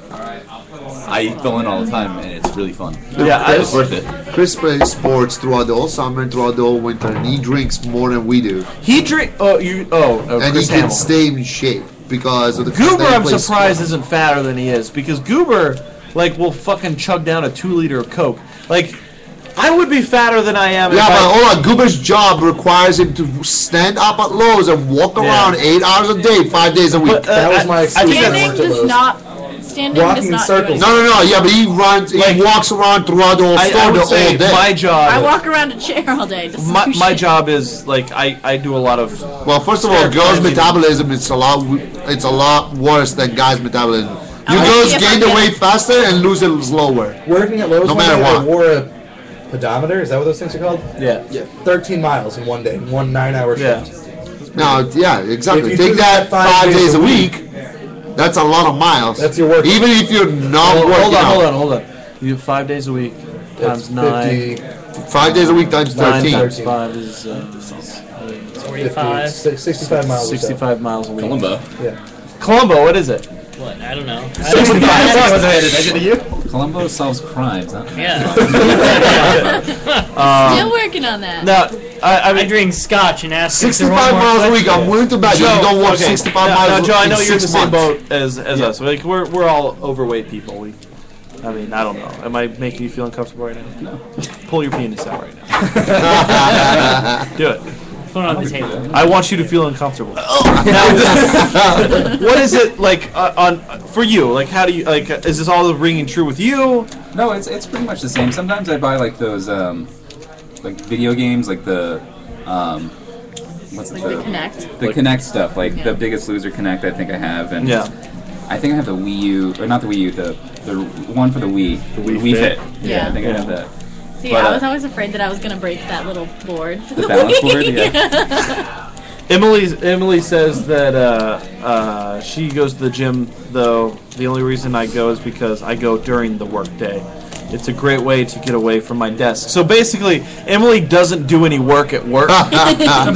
S4: I go in all the time, and it's really fun. it's worth it.
S7: Chris plays sports throughout the whole summer and throughout the whole winter, and he drinks more than we do.
S3: He drink. Oh, you. Oh, oh
S7: and
S3: Chris
S7: he can
S3: Hamill.
S7: stay in shape because of the fact
S3: Goober,
S7: that he
S3: I'm
S7: plays
S3: surprised isn't fatter than he is because Goober, like, will fucking chug down a two liter of Coke. Like, I would be fatter than I am.
S7: Yeah,
S3: if
S7: but
S3: I,
S7: hold on. Goober's job requires him to stand up at Lowe's and walk around eight hours a day, five days a week.
S3: uh, That was my I- I think excuse
S5: Standing does not. Standing does not. do it.
S7: No, no, no. Yeah, but he runs. he walks around throughout the whole
S3: I- I
S7: store
S3: would
S7: the
S3: say
S7: whole day.
S3: my job-
S5: I walk around a chair all day. Just
S3: my,
S5: do
S3: my
S5: shit.
S3: job is like I, I do a lot of.
S7: Well, first of all, girls' metabolism is a lot. w- It's a lot worse than guys' metabolism. You
S12: wanna
S7: girls
S12: see if I
S7: gain the
S12: can-
S7: weight faster and lose it slower.
S12: Working at Lowe's
S7: No
S12: one
S7: matter
S12: day, I
S7: what.
S12: wore a pedometer. Is that what those things are called?
S3: Yeah.
S12: Yeah. 13 miles in one day, one nine-hour shift.
S7: No, yeah, exactly.
S12: If you
S7: Take
S12: do
S7: that
S12: that
S7: five, days, a week. That's a lot of miles. That's your work. Even if you're not
S3: Hold,
S7: working
S3: hold on,
S7: out.
S3: hold on, hold on. You have five days a week times nine.
S7: Five days a week times
S3: Nine
S7: 13.
S3: times five is uh,
S9: 45.
S12: Six- 65 miles or so.
S3: 65 miles a week.
S4: Columbo.
S12: Yeah.
S3: Columbo, what is it?
S9: What? I don't know.
S6: Columbo solves crimes. Huh?
S3: Um,
S5: Still working on that.
S3: Now, I, I,
S9: mean, drink scotch and ask.
S7: 65 miles a week. I'm willing to bet you
S3: Joe,
S7: don't walk
S3: okay.
S7: 65
S3: now,
S7: miles
S3: now, Joe, I
S7: in
S3: know you're in the
S7: six
S3: same
S7: months.
S3: boat as, as us. Like we're we're all overweight people. We, I mean, I don't know. Am I making you feel uncomfortable right now? No. Pull your penis out right now. Do it.
S9: Phone on the table.
S3: I want you to feel uncomfortable.
S7: Oh.
S3: Now, what is it like uh, on for you? Like, how do you like? uh, Is this all ringing true with you?
S6: No, it's it's pretty much the same. Sometimes I buy like those um, like video games, like the um, what's
S5: Like
S6: the,
S5: the Kinect?
S6: the
S5: Like-
S6: Kinect stuff, like
S5: Yeah.
S6: the Biggest Loser Connect. I think I have, and
S3: Yeah.
S6: I think I have the Wii U, or not the Wii U, the the one for the Wii, the Wii,
S3: Fit.
S6: Yeah,
S5: Yeah.
S6: I think I have that.
S5: See,
S6: But,
S5: I
S6: uh,
S5: was always afraid that I was gonna break that little board.
S6: The balance board,
S3: Emily Emily says that uh, uh, she goes to the gym though. The only reason I go is because I go during the workday. It's a great way to get away from my desk. So basically, Emily doesn't do any work at work,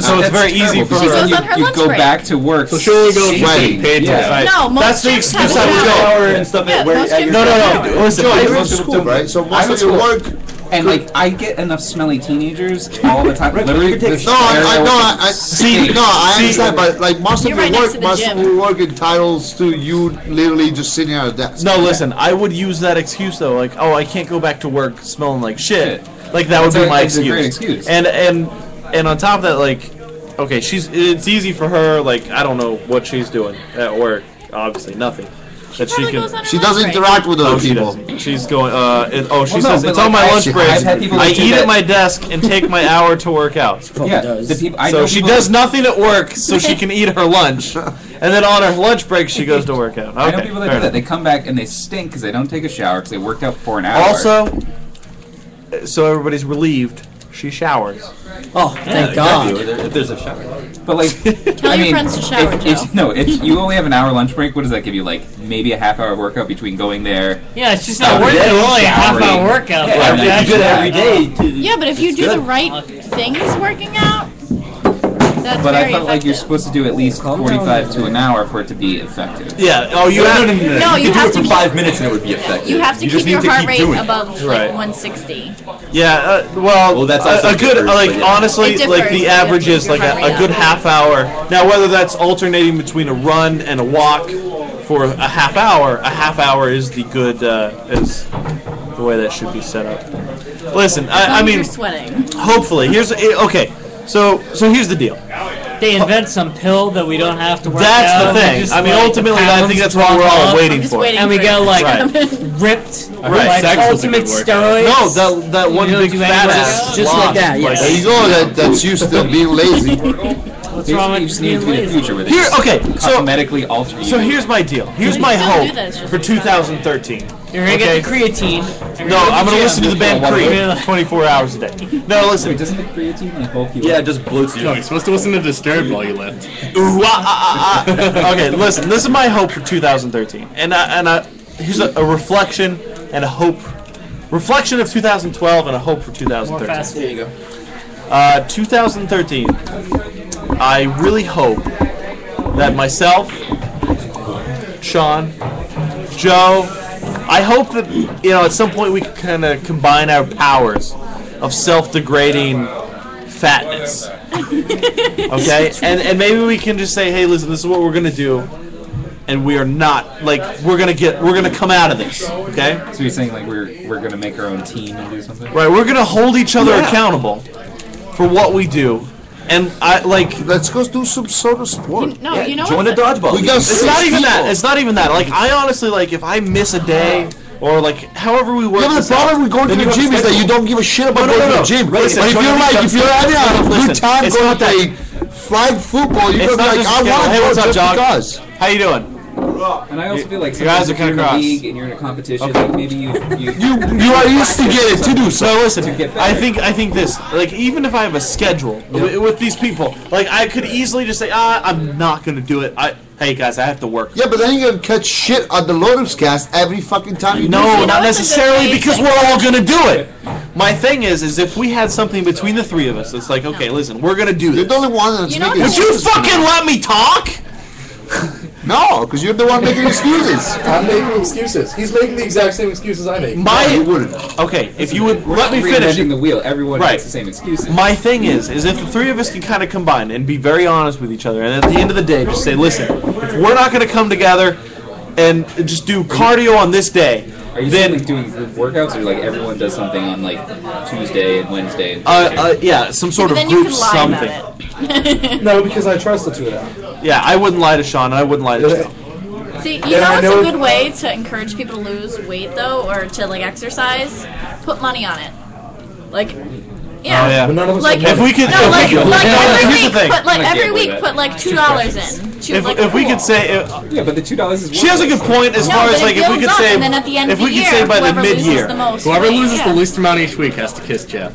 S3: so it's very easy for
S6: Because
S3: her.
S6: you, you go back to work. So
S3: she'll go
S6: sweating.
S3: getting paid to
S6: Yeah.
S3: fight. No, most
S6: That's the
S3: chicks
S6: excuse
S3: have
S6: I
S3: an
S6: would
S3: hour.
S6: go.
S3: Yeah.
S6: and stuff
S3: Yeah,
S6: at work.
S3: most
S6: at
S3: kids
S6: your
S3: have
S6: job.
S3: an hour. Listen,
S6: Joe,
S3: I
S6: you're
S3: go
S6: in
S3: to
S6: school,
S3: school,
S7: right? So
S6: I'm
S7: most
S6: in
S7: of your
S6: school.
S7: work-
S6: And like I get enough smelly teenagers all the time.
S7: Right,
S6: Literally,
S7: no,
S6: the
S7: I, I, no, I, I
S6: See-
S7: no, I
S6: see-
S7: understand, but like most of
S6: You're
S7: your
S6: right next to
S7: work,
S6: the
S7: most
S6: gym.
S7: of your work entitles to you literally just sitting at a desk.
S3: No, listen, I would use that excuse though, like, oh, I can't go back to work smelling like shit. Like that would
S6: That's
S3: be
S6: a-
S3: my
S6: that's a
S3: excuse.
S6: great excuse.
S3: And and and on top of that, like, okay, she's it's easy for her. Like, I don't know what she's doing at work. Obviously, nothing. that she can.
S7: She doesn't interact with other
S3: oh, she
S7: people.
S3: doesn't. She's going. Uh, it, oh, she
S6: Well, no,
S3: says
S6: but
S3: it's
S6: like,
S3: on my
S6: I-
S3: lunch
S6: I've
S3: break.
S6: had people
S3: I
S6: that do
S3: eat at
S6: that.
S3: my desk and take my hour to work out.
S6: Yeah, does. the people- I
S3: so
S6: know
S3: she
S6: people
S3: does
S6: that-
S3: nothing at work, so she can eat her lunch, and then on her lunch break she goes to work out. Okay,
S6: I know people that
S3: fair
S6: do that.
S3: enough.
S6: They come back and they stink because they don't take a shower because they worked out for an hour.
S3: Also, uh, so everybody's relieved. She showers.
S10: Oh,
S4: thank God. If there's a shower.
S6: But like,
S5: Tell
S6: I
S5: your
S6: mean,
S5: friends to shower,
S6: if,
S5: Joe.
S6: if- no, if you only have an hour lunch break, what does that give you? Like maybe a half hour workout between going there.
S9: Yeah, it's just not
S6: stopping
S9: worth it.
S6: there,
S9: Only a half
S6: showering.
S9: hour workout.
S6: Yeah,
S9: Like,
S6: you
S9: that's
S6: do that
S9: not-
S6: every day.
S5: Yeah, but if you
S6: It's
S5: do the
S6: good.
S5: right things working out, that's
S6: But I
S5: very
S6: felt like you're supposed to do at least forty-five to an hour for it to be effective.
S4: Yeah. Oh, you have to.
S5: No, you have
S4: do it for
S5: to keep-
S4: five minutes and it would be effective.
S5: you have to
S4: just
S5: keep your
S4: need to
S5: heart
S4: keep
S5: rate
S4: doing it.
S5: above like
S3: Right.
S5: 160.
S3: Yeah, uh, well,
S4: that's
S3: a-
S4: also
S3: a, good
S4: differs,
S3: like
S4: but yeah.
S3: honestly
S5: It
S3: like
S5: differs,
S3: the
S5: yeah,
S3: average
S5: if
S3: is
S5: you're
S3: like a,
S5: running
S3: a good
S5: out.
S3: half hour. Now whether that's alternating between a run and a walk for a half hour, a half hour is the good uh, is the way that should be set up. Listen,
S5: As long
S3: I, I
S5: as
S3: mean,
S5: you're sweating.
S3: hopefully here's eh, okay. So so here's the deal.
S9: They invent some pill that we don't have to work
S3: That's the
S9: out. We
S3: thing.
S9: just,
S3: I mean,
S9: like,
S3: ultimately, I
S9: pounds
S3: think that's what we're
S9: drop
S3: all
S9: off.
S3: waiting I'm just for. waiting
S9: And we
S3: for
S9: got
S3: it to
S9: like
S3: come
S9: ripped,
S3: I
S9: we're
S3: heard
S9: like
S3: sex was a
S9: ultimate
S3: good
S9: steroids.
S3: No, that that one
S9: You
S3: big
S9: don't do
S3: fat
S9: anything
S3: ass.
S9: else. Just like that,
S3: slob,
S9: yeah.
S3: like-
S7: There you go. That, that's you still being lazy.
S9: What's wrong with
S6: You just need to be the future with it.
S3: Here,
S6: Just
S3: okay, so-
S6: cosmetically alter.
S3: So here's my deal. Here's
S9: Please
S3: my
S9: don't do
S3: hope
S9: this. Just
S3: for 2013.
S9: You're gonna get the creatine. You're
S3: No,
S9: gonna
S3: I'm
S9: get
S3: gonna
S9: the
S3: listen to
S9: gym.
S3: the band Creep 24 hours a day. No, listen.
S6: Wait, doesn't the creatine like bulk you?
S3: Yeah, it just bloats
S8: No, you're supposed to listen to Disturbed while you lift.
S3: Ooh, ah, ah, ah, ah. okay, listen. This is my hope for 2013, and I, and I, here's a, a reflection and a hope, reflection of 2012 and a hope for 2013.
S9: fast food. There you go.
S3: Uh, 2013. I really hope that myself, Sean, Joe, I hope that you know at some point we can kind of combine our powers of self-degrading fatness. Okay, and and maybe we can just say, hey, listen, this is what we're gonna do, and we are not like we're gonna get we're gonna come out of this. Okay,
S6: So you're saying like we're we're gonna make our own team and do something?
S3: right? We're gonna hold each other
S6: Yeah.
S3: accountable for what we do, and I like
S7: let's go do some sort of sport.
S5: No, you know
S3: Join
S5: what's
S3: a dodgeball.
S7: We got
S3: it's
S7: six
S3: not even that.
S7: people.
S3: It's not even that. Like I honestly like if I miss a day or like however we work.
S7: Yeah, but the
S3: this out,
S7: problem with going to
S3: then
S7: the
S3: you have
S7: gym is that
S3: schedule.
S7: you don't give a shit about
S3: No, no,
S7: going
S3: no,
S7: to
S3: no.
S7: the gym.
S3: Listen,
S7: but if
S3: Sean,
S7: you're
S3: you
S7: like, if
S3: gotta
S7: you're
S3: stop.
S7: having a
S3: Listen,
S7: good time
S3: it's
S7: going
S3: not
S7: to
S3: that.
S7: a flag football, you're
S3: It's
S7: gonna be like,
S3: not just
S7: I
S3: schedule.
S7: want
S3: Hey,
S7: to go
S3: what's up,
S7: just
S3: Jock?
S7: because.
S3: How you doing?
S6: And I also feel like
S3: Your eyes
S6: sometimes
S3: are
S6: if you're in
S3: kinda
S6: a
S3: crossed.
S6: league and you're in a competition, like maybe you you
S7: You you are used to get it to do so.
S3: No, listen. I think I think this. Like, even if I have a schedule wi- with these people, like I could easily just say, ah, I'm not gonna do it. I, hey guys, I have to work.
S7: Yeah, but then you're gonna catch shit on the Lotus cast every fucking time you do
S3: No,
S7: so.
S3: not
S5: that's a good
S3: necessarily
S5: way to
S3: because
S5: think
S3: we're all gonna do it. My thing is, is if we had something between the three of us, it's like, okay, listen, we're gonna do
S7: You're
S3: this.
S7: the only one that's
S5: You know
S7: making
S5: what
S3: Would you
S7: excuses.
S3: fucking let me talk?
S7: No, because you're the one making excuses.
S12: I'm making excuses. He's making the exact same excuses I make.
S7: No, you
S3: My
S7: wouldn't.
S3: okay, if you would let me finish.
S6: reinventing the wheel. Everyone
S3: Right.
S6: makes the same excuses.
S3: My thing is, is if the three of us can kind of combine and be very honest with each other, and at the end of the day, just say, listen, if we're not going to come together and just do cardio on this day,
S6: Are you
S3: then
S6: saying, like doing group workouts or like everyone does something on like Tuesday and Wednesday? And
S3: uh, uh, yeah, some sort
S5: But
S3: of
S5: then you
S3: group
S5: can lie
S3: something.
S5: about it.
S12: No, because I trust the two of them.
S3: Yeah, I wouldn't lie to Sean. I wouldn't lie to Joe.
S5: See, you
S12: Yeah,
S5: know
S12: I
S5: what's
S12: know-
S5: a good way to encourage people to lose weight though, or to like exercise? Put money on it. Like, yeah.
S3: Oh, yeah.
S12: But none of us
S5: Like
S12: have
S3: If we could,
S5: no, like,
S3: if we could,
S5: like every
S3: here's
S5: week,
S3: the thing.
S5: put like
S6: I can't
S5: every
S6: believe
S5: week,
S6: it.
S5: put like two dollars in. Choose,
S3: If,
S5: like,
S3: if we
S5: cool.
S3: could say, if,
S6: yeah, but the two dollars is
S3: she has a good point as
S5: No,
S3: far
S5: but
S3: as
S5: it
S3: like if we
S5: builds
S3: could
S5: up,
S3: say,
S5: and then at the end
S3: if
S5: of
S3: we
S5: the
S3: could
S5: year,
S3: say by the
S5: whoever loses
S3: mid-year,
S5: the most
S8: Whoever
S5: weight,
S8: loses
S5: yeah.
S8: the least amount each week has to kiss Jeff.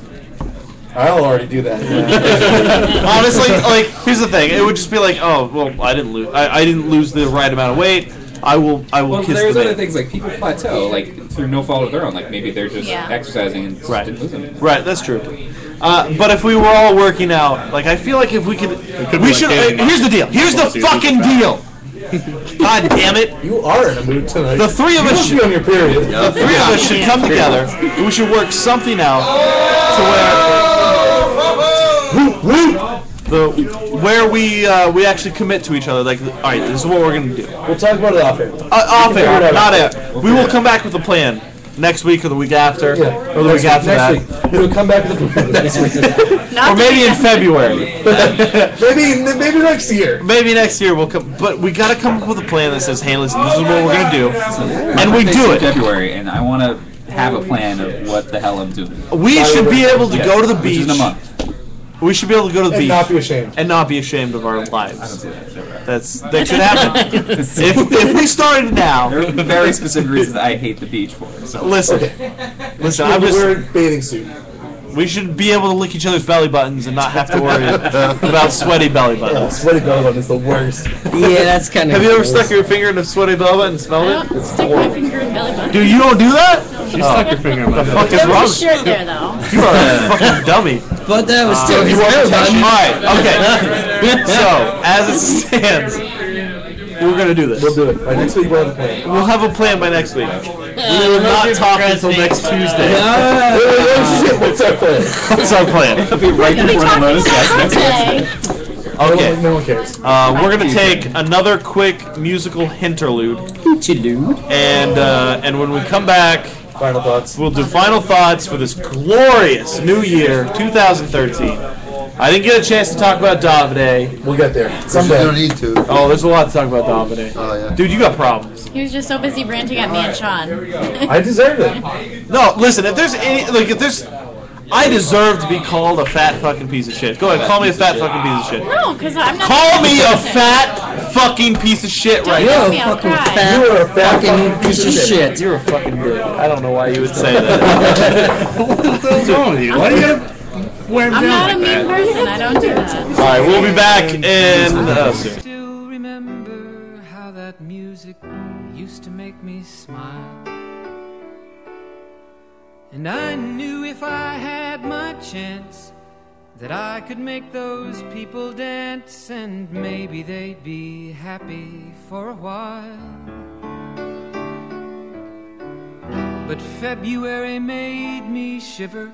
S12: I'll already do that.
S3: Honestly, like here's the thing. It would just be like, oh well, I didn't lose. I, I didn't lose the right amount of weight. I will. I will
S6: Well,
S3: kiss
S6: there's
S3: the
S6: other
S3: man.
S6: things like people plateau, like through no fault of their own. Like maybe they're just
S5: Yeah.
S6: exercising and just
S3: Right.
S6: didn't lose anything.
S3: Right. That's true. Uh, but if we were all working out, like I feel like if we could, we,
S8: be like
S3: should.
S8: Daily
S3: uh, here's the
S8: Motion.
S3: deal. Here's the
S8: Let's see if we
S3: fucking
S8: can-
S3: deal. God damn it!
S12: you are in a mood tonight.
S3: The three of
S12: you
S3: us
S12: must
S3: should-
S12: be on your period.
S3: The three of us should come together. and We should work something out to where. The, where we uh, we actually commit to each other, like, all right, this is what we're gonna do.
S12: We'll talk about it off air.
S3: Uh, off
S12: figure
S3: air,
S12: it out.
S3: not air. We will come back with a plan next week or the week after,
S12: Yeah.
S3: or the week after that,
S12: next week. We'll come back to the next week.
S5: Not
S3: or
S5: the
S3: maybe in
S5: weekend.
S3: February.
S12: maybe maybe next year.
S3: Maybe next year we'll come. But we gotta come up with a plan that says, "Hey, listen, this is what we're gonna do," and we
S6: Birthday's
S3: do
S6: in
S3: it.
S6: February, and I want to have a plan of what the hell I'm doing.
S3: We should be able to
S6: Yes,
S3: go to the
S6: which is
S3: beach.
S6: in a month.
S3: We should be able to go to the
S12: And not be
S3: beach
S12: ashamed.
S3: and not be ashamed of our lives.
S6: See that, sure.
S3: That's that should happen. if, if we started now,
S6: There are very specific reasons I hate the beach for. So
S3: listen, listen. I'm
S12: We'll
S3: just
S12: wear a bathing suit.
S3: We should be able to lick each other's belly buttons and not have to worry about uh, sweaty belly
S12: Yeah,
S3: buttons.
S12: sweaty belly button is the worst.
S3: Yeah, that's kinda Have you ever gross. stuck your finger in a sweaty belly button and smelled it?
S5: It's Stick my finger in belly button.
S3: Dude, you don't do that?
S5: She stuck her
S3: finger in my The fuck is
S5: There
S3: wrong?
S5: was a shirt there though.
S3: with You You are a fucking dummy.
S10: But that was still his
S3: All
S10: belly button.
S3: right, okay. so, as it stands, we're going to do this. We'll do it. By next week, we'll have a plan. We'll have a plan by next week. We will not talk until next Tuesday. What's our plan? What's our plan? It'll be right
S5: before the bonus guys
S3: Okay.
S12: No one cares.
S3: Uh, we're gonna take another quick musical interlude. Interlude. And uh, and when we come back, final thoughts. We'll do final thoughts for this glorious new year, 2013. I didn't get a chance to talk about Davide. We'll get there
S7: Someday. You don't need to.
S3: Oh, there's a lot to talk about Davide. Oh yeah. Dude, you got problems.
S5: He was just so busy ranting at me and Sean.
S3: deserve it. No, listen. If there's any, like, if there's, I deserve to be called a fat fucking piece of shit. Go ahead, call me a fat fucking piece of shit.
S5: No, because I'm not.
S3: Call me a fat fucking piece of shit right
S5: You're a
S3: now.
S5: Don't make me, I'll fucking cry.
S3: fat You're a fat fucking
S10: piece of shit.
S3: You're a fucking bitch. I don't know why you would say that. what the hell's wrong with you? Why do you gotta wear
S5: I'm not a mean person. I don't do that.
S3: Alright, we'll be back in uh, soon.
S1: how that music used to make me smile. And I knew if I had my chance that I could make those people dance and maybe they'd be happy for a while. But February made me shiver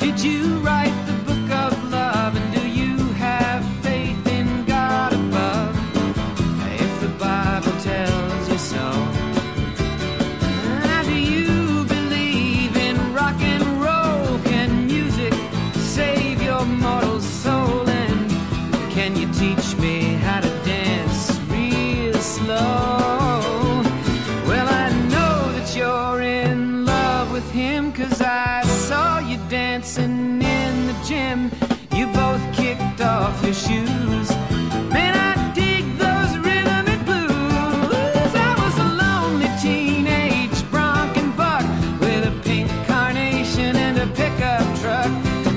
S1: Did you write the book of love? And do you have faith in God above? If the Bible tells you so. And do you believe in rock and roll? Can music save your mortal soul? And can you teach me how to dance real slow? Well, I know that you're in love with him, cause I saw you dancing in the gym. You both kicked off your shoes. Man, I dig those rhythm and blues. I was a lonely teenage bronc and buck with a pink carnation and a pickup truck.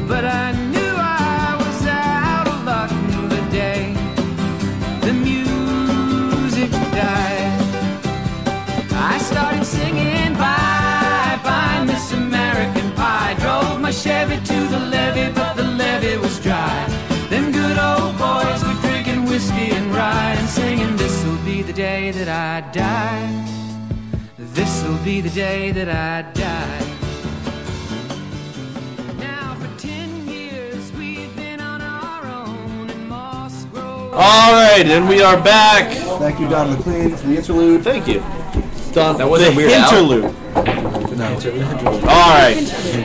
S1: But I knew I was out of luck the day the music died. I started singing bye bye Miss American Pie. Drove my Chevy to the levee, but the levee was dry. Them good old boys were drinking whiskey and rye and singing, This'll be the day that I die. This'll be the day that I die. Now for ten years we've been on our own in Moss Grove.
S3: All right, and we are back.
S12: Thank you, Don McLean, for the interlude.
S3: Thank you. Don,
S12: That wasn't
S3: the
S12: Weird Al.
S3: interlude.
S12: No.
S3: All right,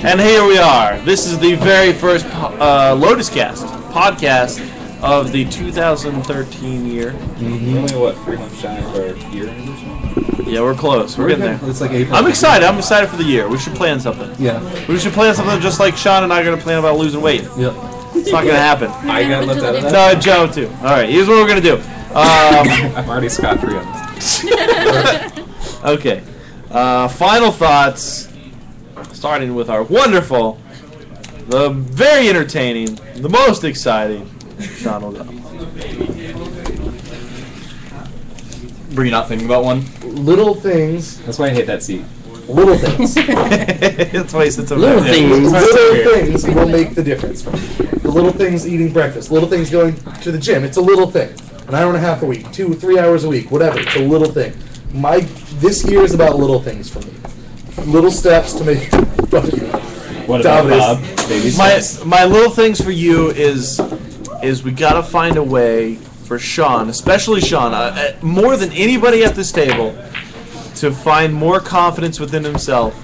S3: and here we are. This is the very first po- uh, Lotus Cast podcast of the 2013 year.
S6: Mm-hmm. Only what three months shy of our year end or something.
S3: Yeah, we're close. We're
S6: We're
S3: getting
S6: good.
S3: there.
S6: It's like April.
S3: I'm excited. I'm excited for the year. We should plan something.
S6: Yeah.
S3: We should plan something just like Sean and I are going to plan about losing weight. Yep. It's not going to happen.
S6: I got left out of that.
S3: No, Joe too. All right, here's what we're going to do. Um,
S6: I'm already scot free on this.
S3: okay. Uh, final thoughts, starting with our wonderful, the very entertaining, the most exciting Sean O'Donnell.
S4: Were you not thinking about one?
S12: Little things.
S6: That's why I hate that seat.
S12: Little things.
S3: That's why he sits over
S12: little
S3: there.
S12: things.
S3: Yeah.
S12: Little things will make the difference. The little things eating breakfast. Little things going to the gym. It's a little thing. An hour and a half a week, two, three hours a week, whatever. It's a little thing. My this year is about little things for me. Little steps to make. What
S3: my my little things for you is is we gotta find a way for Sean, especially Sean, uh, uh, more than anybody at this table, to find more confidence within himself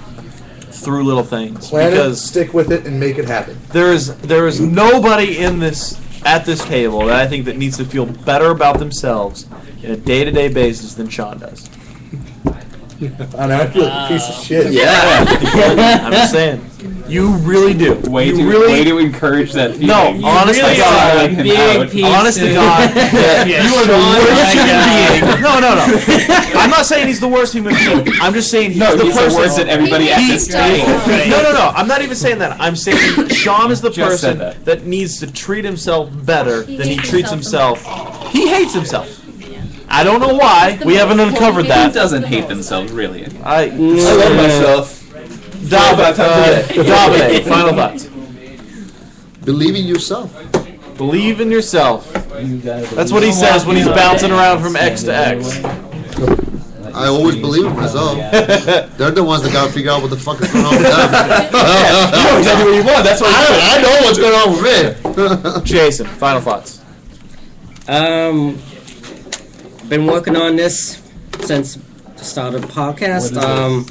S3: through little things
S12: Plan it,
S3: because
S12: stick with it, and make it happen.
S3: there is there is nobody in this at this table that I think that needs to feel better about themselves in a day to day basis than Sean does.
S12: I know I feel like a piece of shit.
S3: Yeah, I'm just saying. You really do. Way you
S6: to-
S3: really
S6: way to encourage that. Feeling.
S3: No,
S6: You
S3: honest
S6: really
S3: to God,
S6: are a big piece
S3: honest to
S6: of-
S3: God,
S6: Yeah,
S3: you are the
S6: Sean,
S3: worst
S6: my
S3: human being. No, no, no. I'm not saying he's the worst human being. I'm just saying he's
S6: No,
S3: the
S6: he's the
S3: person.
S6: worst at everybody at
S3: He-
S6: this table.
S3: No, no, no. I'm not even saying that. I'm saying Sean is the
S6: Just
S3: person
S6: said
S3: that. needs to treat himself better
S6: He
S3: than he
S6: hates
S3: treats
S6: himself
S3: himself. He hates himself. I don't know why. We haven't uncovered that.
S6: Who doesn't hate themselves, really?
S3: I,
S6: I love myself.
S3: Dabe, uh, Dabe, final thoughts.
S7: Believe in yourself.
S3: Believe in yourself. That's what he says when he's bouncing around from X to X.
S7: I always believe in myself. They're the ones that gotta figure out what the fuck is going on with them. you know
S3: exactly what you want. That's
S7: why I, I know what's going on with me.
S3: Jason, final thoughts.
S10: Um, been working on this since the start of the podcast. Um,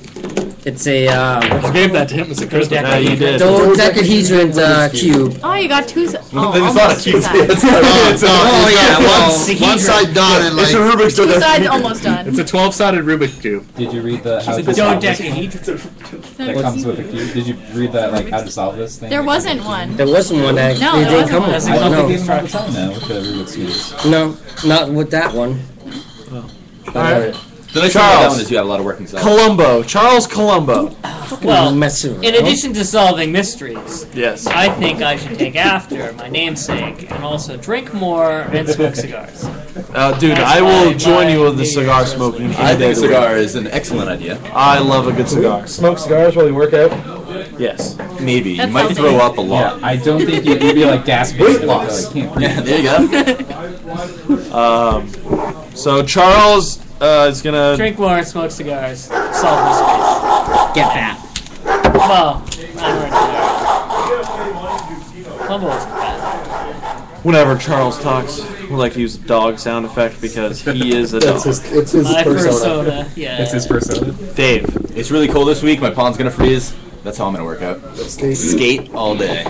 S10: it's a. Uh, you gave that to him as a Christmas.
S3: No, you did.
S10: Dodecahedron uh, cube.
S5: Oh, you got two. si-
S10: It's
S5: Oh,
S10: not a
S5: almost two
S10: cube.
S5: sides.
S10: Oh, yeah, well,
S7: one side done and like.
S8: Rubik's
S5: Two sides almost done.
S8: It's a 12 sided Rubik's Cube. Did you read the.
S16: how to solve this? That comes with a cube. Did you read that, like, how to solve this thing?
S5: There wasn't one.
S10: There wasn't one that
S5: No,
S10: they
S5: there
S10: didn't
S5: wasn't
S10: come
S5: one.
S10: with.
S5: I don't think
S16: Even
S10: no.
S16: Rockefeller now with the Rubik's cubes.
S10: no, not with that one. But, uh,
S3: Alright.
S4: The nice thing about that one is you have a lot of working stuff.
S3: Columbo, Charles Columbo.
S9: Well,
S10: mess around.
S9: in addition to solving mysteries,
S3: Yes.
S9: I think I should take after my namesake and also drink more and smoke cigars.
S3: Uh, dude, I will join you with the cigar smoking.
S4: I
S3: any day of
S4: think
S3: the
S4: cigar
S3: week.
S4: is an excellent idea.
S3: I love a good cigar.
S2: Smoke cigars while you work out.
S3: Yes.
S4: Maybe.
S2: That's
S4: you might
S2: healthy.
S4: throw up a lot.
S2: Yeah, I don't think you- you'd be, like, gasping Weight if you, loss. like, can't breathe.
S4: yeah, there you go.
S3: Um, so Charles uh, is gonna.
S9: Drink more, smoke cigars, solve mysteries.
S10: Get that.
S9: Well, I'm ready.
S3: Whenever Charles talks, we like to use the dog sound effect because he is a dog.
S12: That's his- it's his My persona. persona, yeah. It's his persona.
S3: Dave.
S4: It's really cold this week. My pond's going to freeze. That's how I'm going to work out.
S12: Skate.
S4: Skate all day.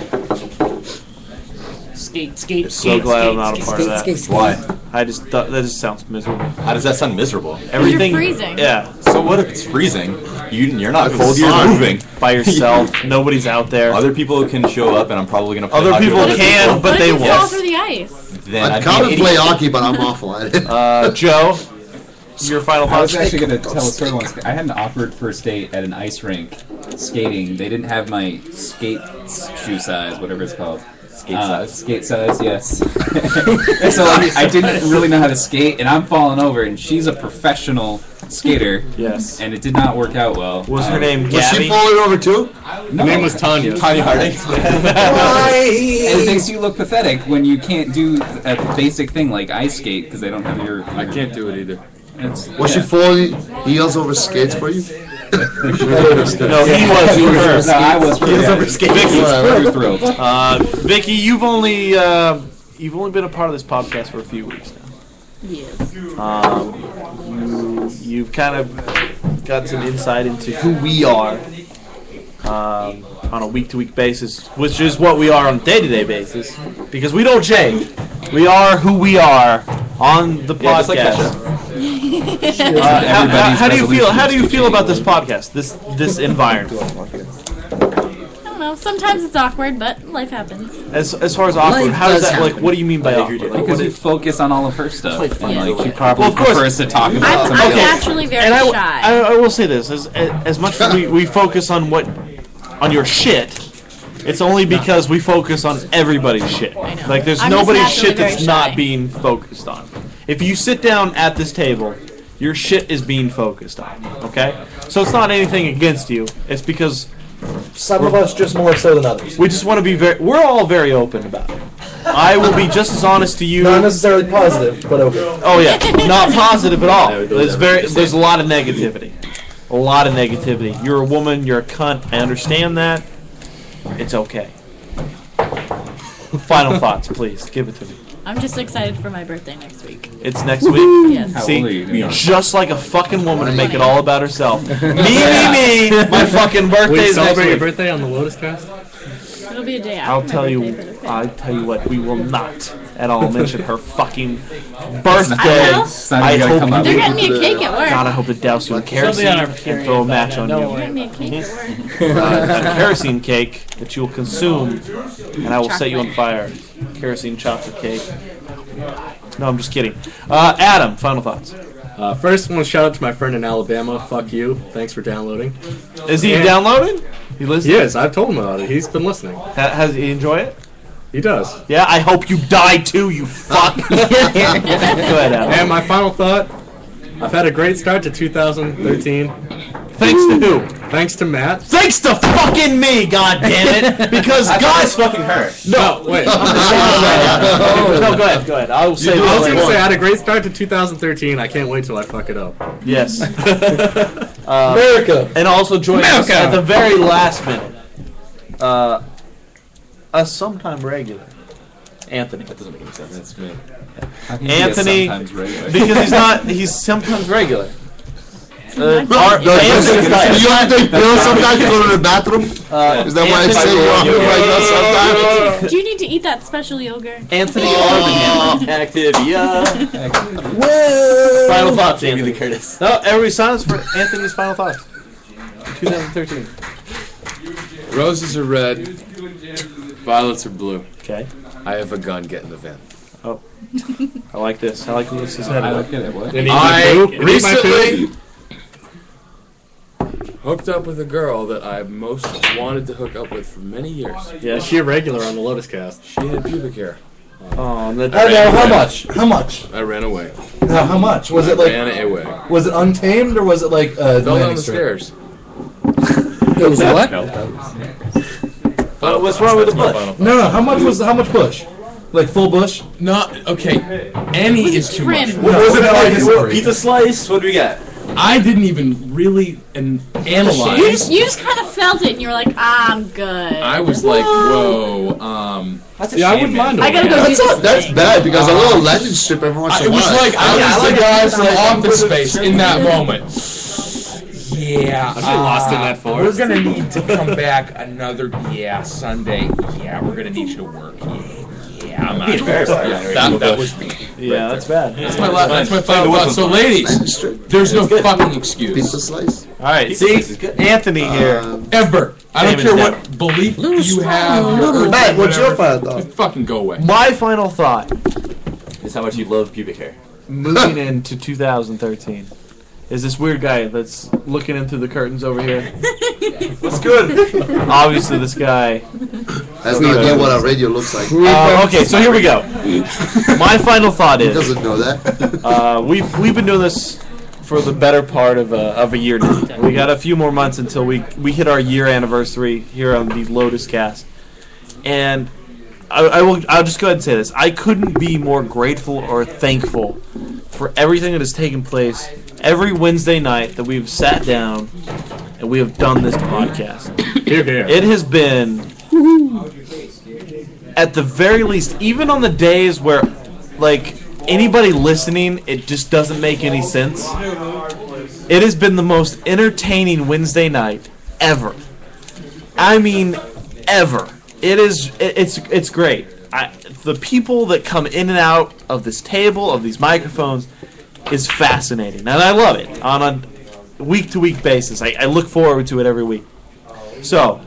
S9: Skate, skate, skate.
S3: So glad I'm not a part of
S9: skate, skate,
S3: that.
S9: skate.
S3: I just thought that just sounds miserable.
S4: How does that sound miserable?
S3: Everything.
S5: freezing.
S3: Yeah.
S4: So what if it's freezing? You, you're not
S3: It's
S4: cold. You're
S3: sun.
S4: moving
S3: by yourself. Nobody's out there.
S4: Other people can show up, and I'm probably going to.
S3: Other people can, but
S5: What
S3: they
S5: if you fall
S3: won't.
S5: through the ice?
S4: Then
S7: I
S4: I'd
S7: come
S4: be
S7: and
S4: an
S7: play
S4: idiot.
S7: hockey, but I'm awful at it.
S3: Uh, Joe, your final
S16: I was
S3: thoughts.
S16: actually going to tell a story once. I had an awkward first date at an ice rink skating. They didn't have my skate s- shoe size, whatever it's called. Skate
S4: size?
S16: Skate size, yes. And so like, I didn't really know how to skate, and I'm falling over, and she's a professional skater.
S3: Yes.
S16: And it did not work out well. Um,
S3: Was her name
S7: Was she falling over too?
S16: No.
S8: Her name was Tanya.
S16: Tanya
S4: Harding.
S16: and it makes you look pathetic when you can't do a basic thing like ice skate because they don't have your. I can't do it either. It's,
S7: Was she
S16: yeah.
S7: falling heels over skates for you? no, he
S3: No, he was. You were her.
S16: No, I was.
S3: He was
S16: Yeah.
S3: over skates.
S16: Vicky. We were thrilled.
S3: Uh, Vicky, you've only uh, you've only been a part of this podcast for a few weeks
S5: Yes.
S3: now. Um, you, you've kind of got some insight into who we are um, on a week-to-week basis, which is what we are on a day-to-day basis, because we don't change. We are who we are on the
S4: Yeah, just like that
S3: podcast.
S4: show.
S3: Uh, how, how- how do you feel? How do you feel about this podcast? This this environment?
S5: I don't know. Sometimes it's awkward, but life happens.
S3: As as far as awkward,
S16: Life
S3: how does
S16: does
S3: that like? What do you mean by awkward? Like,
S16: Because
S3: what
S16: you focus on all of her stuff. And,
S5: Yeah.
S16: like, she probably
S3: Well, of course.
S16: prefers to talk about
S5: I'm,
S16: something
S5: I'm
S16: else.
S5: naturally very
S3: and I, w-
S5: shy.
S3: I, I will say this: as as much as we, we focus on what on your shit, it's only because we focus on everybody's shit. Like there's
S5: I'm just
S3: nobody's
S5: naturally
S3: shit that's
S5: very shy.
S3: not being focused on. If you sit down at this table, your shit is being focused on. Okay? So it's not anything against you. It's because
S12: Some of us just more so than others.
S3: we just want to be very. We're all very open about it. I will be just as honest to you. Not
S12: necessarily positive, but okay.
S3: Oh yeah, not positive at all. There's very. There's a lot of negativity. A lot of negativity. You're a woman. You're a cunt. I understand that. It's okay. Final thoughts, please. Give it to me.
S5: I'm just excited for my birthday next week.
S3: It's next week.
S5: Yes. How
S3: See,
S5: old are
S3: you just like a fucking woman to make it all about herself. me, me, me. My fucking
S8: Will you
S3: birthday's next
S8: celebrate your
S3: week.
S8: birthday on the Lotus Cast?
S5: It'll be a day after
S3: I'll
S5: my
S3: tell you.
S5: birthday, but okay.
S3: I'll tell you what. We will not at all mention her fucking
S5: I
S3: birthday.
S5: will.
S3: I, hope you
S5: They're getting me a cake at work.
S3: God, I hope it douse you in kerosene
S5: on our
S3: and throw a match on
S5: They're
S3: you.
S5: getting me a cake at work.
S3: Uh, a kerosene cake that you will consume, and I will set you on fire. Kerosene chocolate cake. No, I'm just kidding. Uh, Adam, final thoughts.
S8: Uh, first, I want to shout out to my friend in Alabama. Fuck you. Thanks for downloading.
S3: Is he downloading? He listening?
S8: Yes, I've told him about it. He's been listening.
S3: has he enjoy it?
S8: He does.
S3: Yeah, I hope you die too, you fuck. Go ahead, Adam.
S8: And my final thought I've had a great start to 2013.
S3: Thanks to who?
S8: Thanks to Matt.
S3: Thanks to fucking me, god damn it! Because
S8: I thought
S3: God
S8: it's fucking her.
S3: No,
S8: wait.
S3: I'm just saying that. no, go ahead, go ahead. I will say.
S8: I
S3: that
S8: was going to
S3: later.
S8: say, I had a great start to 2013. I can't wait till I fuck it up.
S3: Yes. Uh, America. And also join us
S8: America.
S3: at the very last minute. Uh, a sometime regular. Anthony. That doesn't make any sense. That's me.
S4: can you be a
S3: Anthony.
S4: sometimes regular?
S3: Because he's not. He's sometimes regular. Uh,
S7: No,
S3: our-
S7: no,
S3: Anthony-
S7: you have to- you have to take pills sometimes to go to the bathroom?
S3: Uh,
S7: Is that why I
S3: Anthony-
S7: say you're on the regular sometimes?
S5: Do you need to eat that special yogurt?
S3: Anthony
S7: Oh.
S3: Irving. Activia. Final thoughts, Anthony Curtis. No, every silence for Anthony's final thoughts. 2013.
S11: Roses are red. Violets are blue.
S3: Okay.
S11: I have a gun. Get in the van.
S3: Oh. I like this. I like what this is headed.
S11: I like it, what?
S3: Any-
S11: I
S3: Any-
S11: recently- Hooked up with a girl that I most wanted to hook up with for many years.
S8: Is she a regular on the Lotus Cast?
S11: She had pubic hair.
S3: Oh,
S12: I don't know how much. How much?
S11: I ran away.
S12: Now, Uh, how much was
S11: I
S12: it? Like,
S11: ran away.
S12: was it untamed or was it like uh,
S11: Fell down
S12: Atlantic
S11: the
S12: Strip?
S11: stairs.
S12: It was what?
S7: Oh,
S11: Uh,
S3: what's wrong with the
S11: bush?
S12: No, no. How much was how much bush? Like full bush?
S11: Not okay. Any is too much.
S12: What was it like? What-
S3: Pizza slice? What do we got?
S11: I didn't even really an- analyze.
S5: You just, you just kind of felt it, and you were like, ah, I'm good.
S11: I was like, whoa. Um,
S5: That's
S7: a Yeah, I shame, wouldn't man. mind
S5: I gotta go do
S7: That's
S5: this
S7: not- that's
S5: thing.
S7: bad because a
S11: Uh,
S7: little legend strip every once
S11: I,
S7: in a
S11: it was
S7: while.
S11: like I was the guy from Office Space in that moment. Yeah, uh,
S8: I should've lost in that
S11: We're
S8: forest.
S11: gonna need to come back another. Yeah, Sunday. Yeah, we're gonna need you to work. Yeah, I'm out.
S3: Be embarrassed.
S11: Yeah, that, that was me.
S3: Yeah, that's bad.
S11: That's my last. That's my final thought. So, ladies, there's no fucking excuse. Pizza
S7: slice.
S3: All right, see, Anthony here.
S11: Ever. I don't
S3: Damon's
S11: care
S3: never.
S11: what belief you have. or
S3: Matt, what's your
S11: whatever,
S3: final thought?
S11: Fucking go away.
S3: My final thought,
S4: Is how much you love pubic hair.
S3: moving into 2013, is this weird guy that's looking in through the curtains over here. What's good? Obviously, this guy.
S7: That's not yet what our radio looks like.
S3: Uh, okay, so here we go. My final thought
S7: He
S3: is.
S7: doesn't know that.
S3: uh, we've we've been doing this for the better part of a, of a year now. We got a few more months until we we hit our year anniversary here on the Lotus Cast, and I, I will I'll just go ahead and say this: I couldn't be more grateful or thankful for everything that has taken place every Wednesday night that we've sat down and we have done this podcast.
S8: Here, here.
S3: It has been at the very least, even on the days where, like, anybody listening, it just doesn't make any sense. It has been the most entertaining Wednesday night ever. I mean, ever. It is. It, it's. It's great. I, the people that come in and out of this table of these microphones is fascinating, and I love it on a week to week basis. I, I look forward to it every week. So,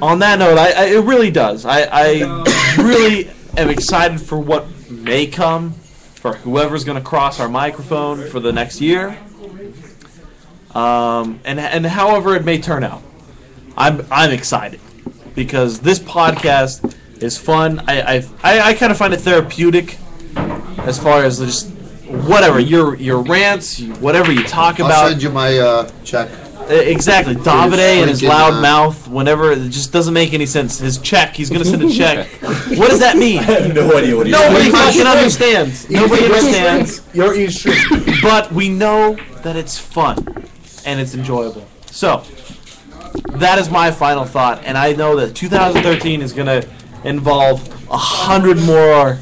S3: on that note, I, I it really does. I, I really am excited for what may come, for whoever's going to cross our microphone for the next year, um, and and however it may turn out, I'm I'm excited because this podcast is fun. I I, I, I kind of find it therapeutic as far as just whatever your your rants, you- whatever you talk
S7: I'll
S3: about. E,
S7: send you my uh, check.
S3: Exactly, Davide and his
S7: freaking,
S3: loud
S7: uh,
S3: mouth. Whenever it just doesn't make any sense. His check, he's gonna send a check. what does that mean? I have
S4: no idea what he's
S3: Nobody
S4: doing.
S3: fucking understands.
S4: He's
S3: Nobody
S4: doing.
S3: understands. Your ears But we know that it's fun and it's enjoyable. So that is my final thought, and I know that 2013 is gonna involve a hundred more.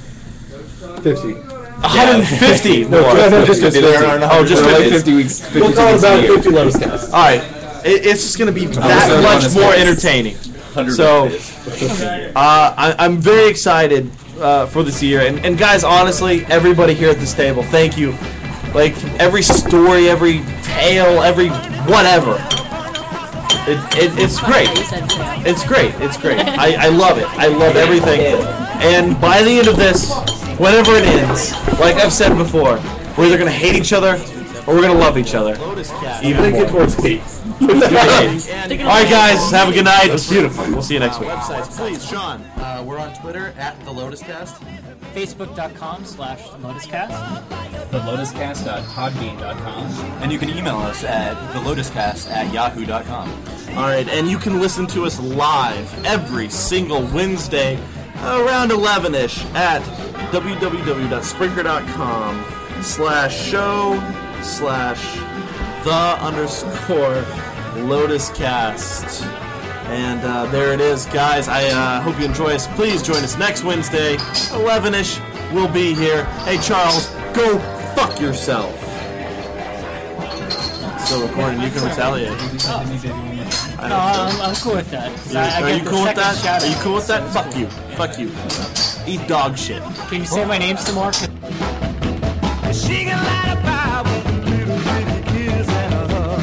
S3: Fifty. 150
S12: No,
S3: more.
S12: no, no, just 50.
S3: Oh, just
S12: We're like
S3: 50.
S12: 50 weeks- 50 We'll call it about weeks a 50 year. lettuce guys.
S3: All right. It, it's just going to be
S12: sorry,
S3: that much
S12: lettuce
S3: more
S12: guys.
S3: entertaining.
S12: 100
S3: So,
S12: lettuce.
S3: uh, I, I'm very excited uh, for this year. And, and, guys, honestly, everybody here at this table, thank you. Like, every story, every tale, every whatever. It, it, it's great. It's great. It's great. I, I love it. I love everything. And by the end of this, whenever it ends, like I've said before, we're either gonna hate each other or we're gonna love each other. Even more. towards hate. All right, guys. Have a good night. That's beautiful. We'll see you next week.
S8: Websites, please, Sean. Uh, we're on Twitter at the Lotus Cast.
S9: Facebook.com slash LotusCast.
S8: thelotuscast.podbean.com. And you can email us at thelotuscast at yahoo.com. All right, and you can listen to us live every single Wednesday around 11-ish at www.sprinker.com slash show slash the underscore Lotus Cast. And uh, there it is, guys. I uh, hope you enjoy us. Please join us next Wednesday, 11 ish. We'll be here. Hey, Charles, go fuck yourself. Still recording. You can retaliate. I
S9: No,
S8: don't
S9: I'm, I'm cool with that. 'cause
S8: care.
S9: I, I
S8: Oh. Are
S9: get
S8: you
S9: the
S8: cool with
S9: second
S8: that?
S9: shout
S8: Are you
S9: out.
S8: cool with that? Fuck you. Fuck you. Eat dog shit.
S9: Can you say my name some more?
S11: She can light a fire with a little pretty kiss and a hug.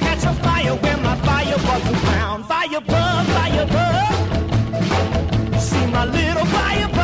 S11: catch a fire when my fire was around. Firebug, firebug. See my little firebug.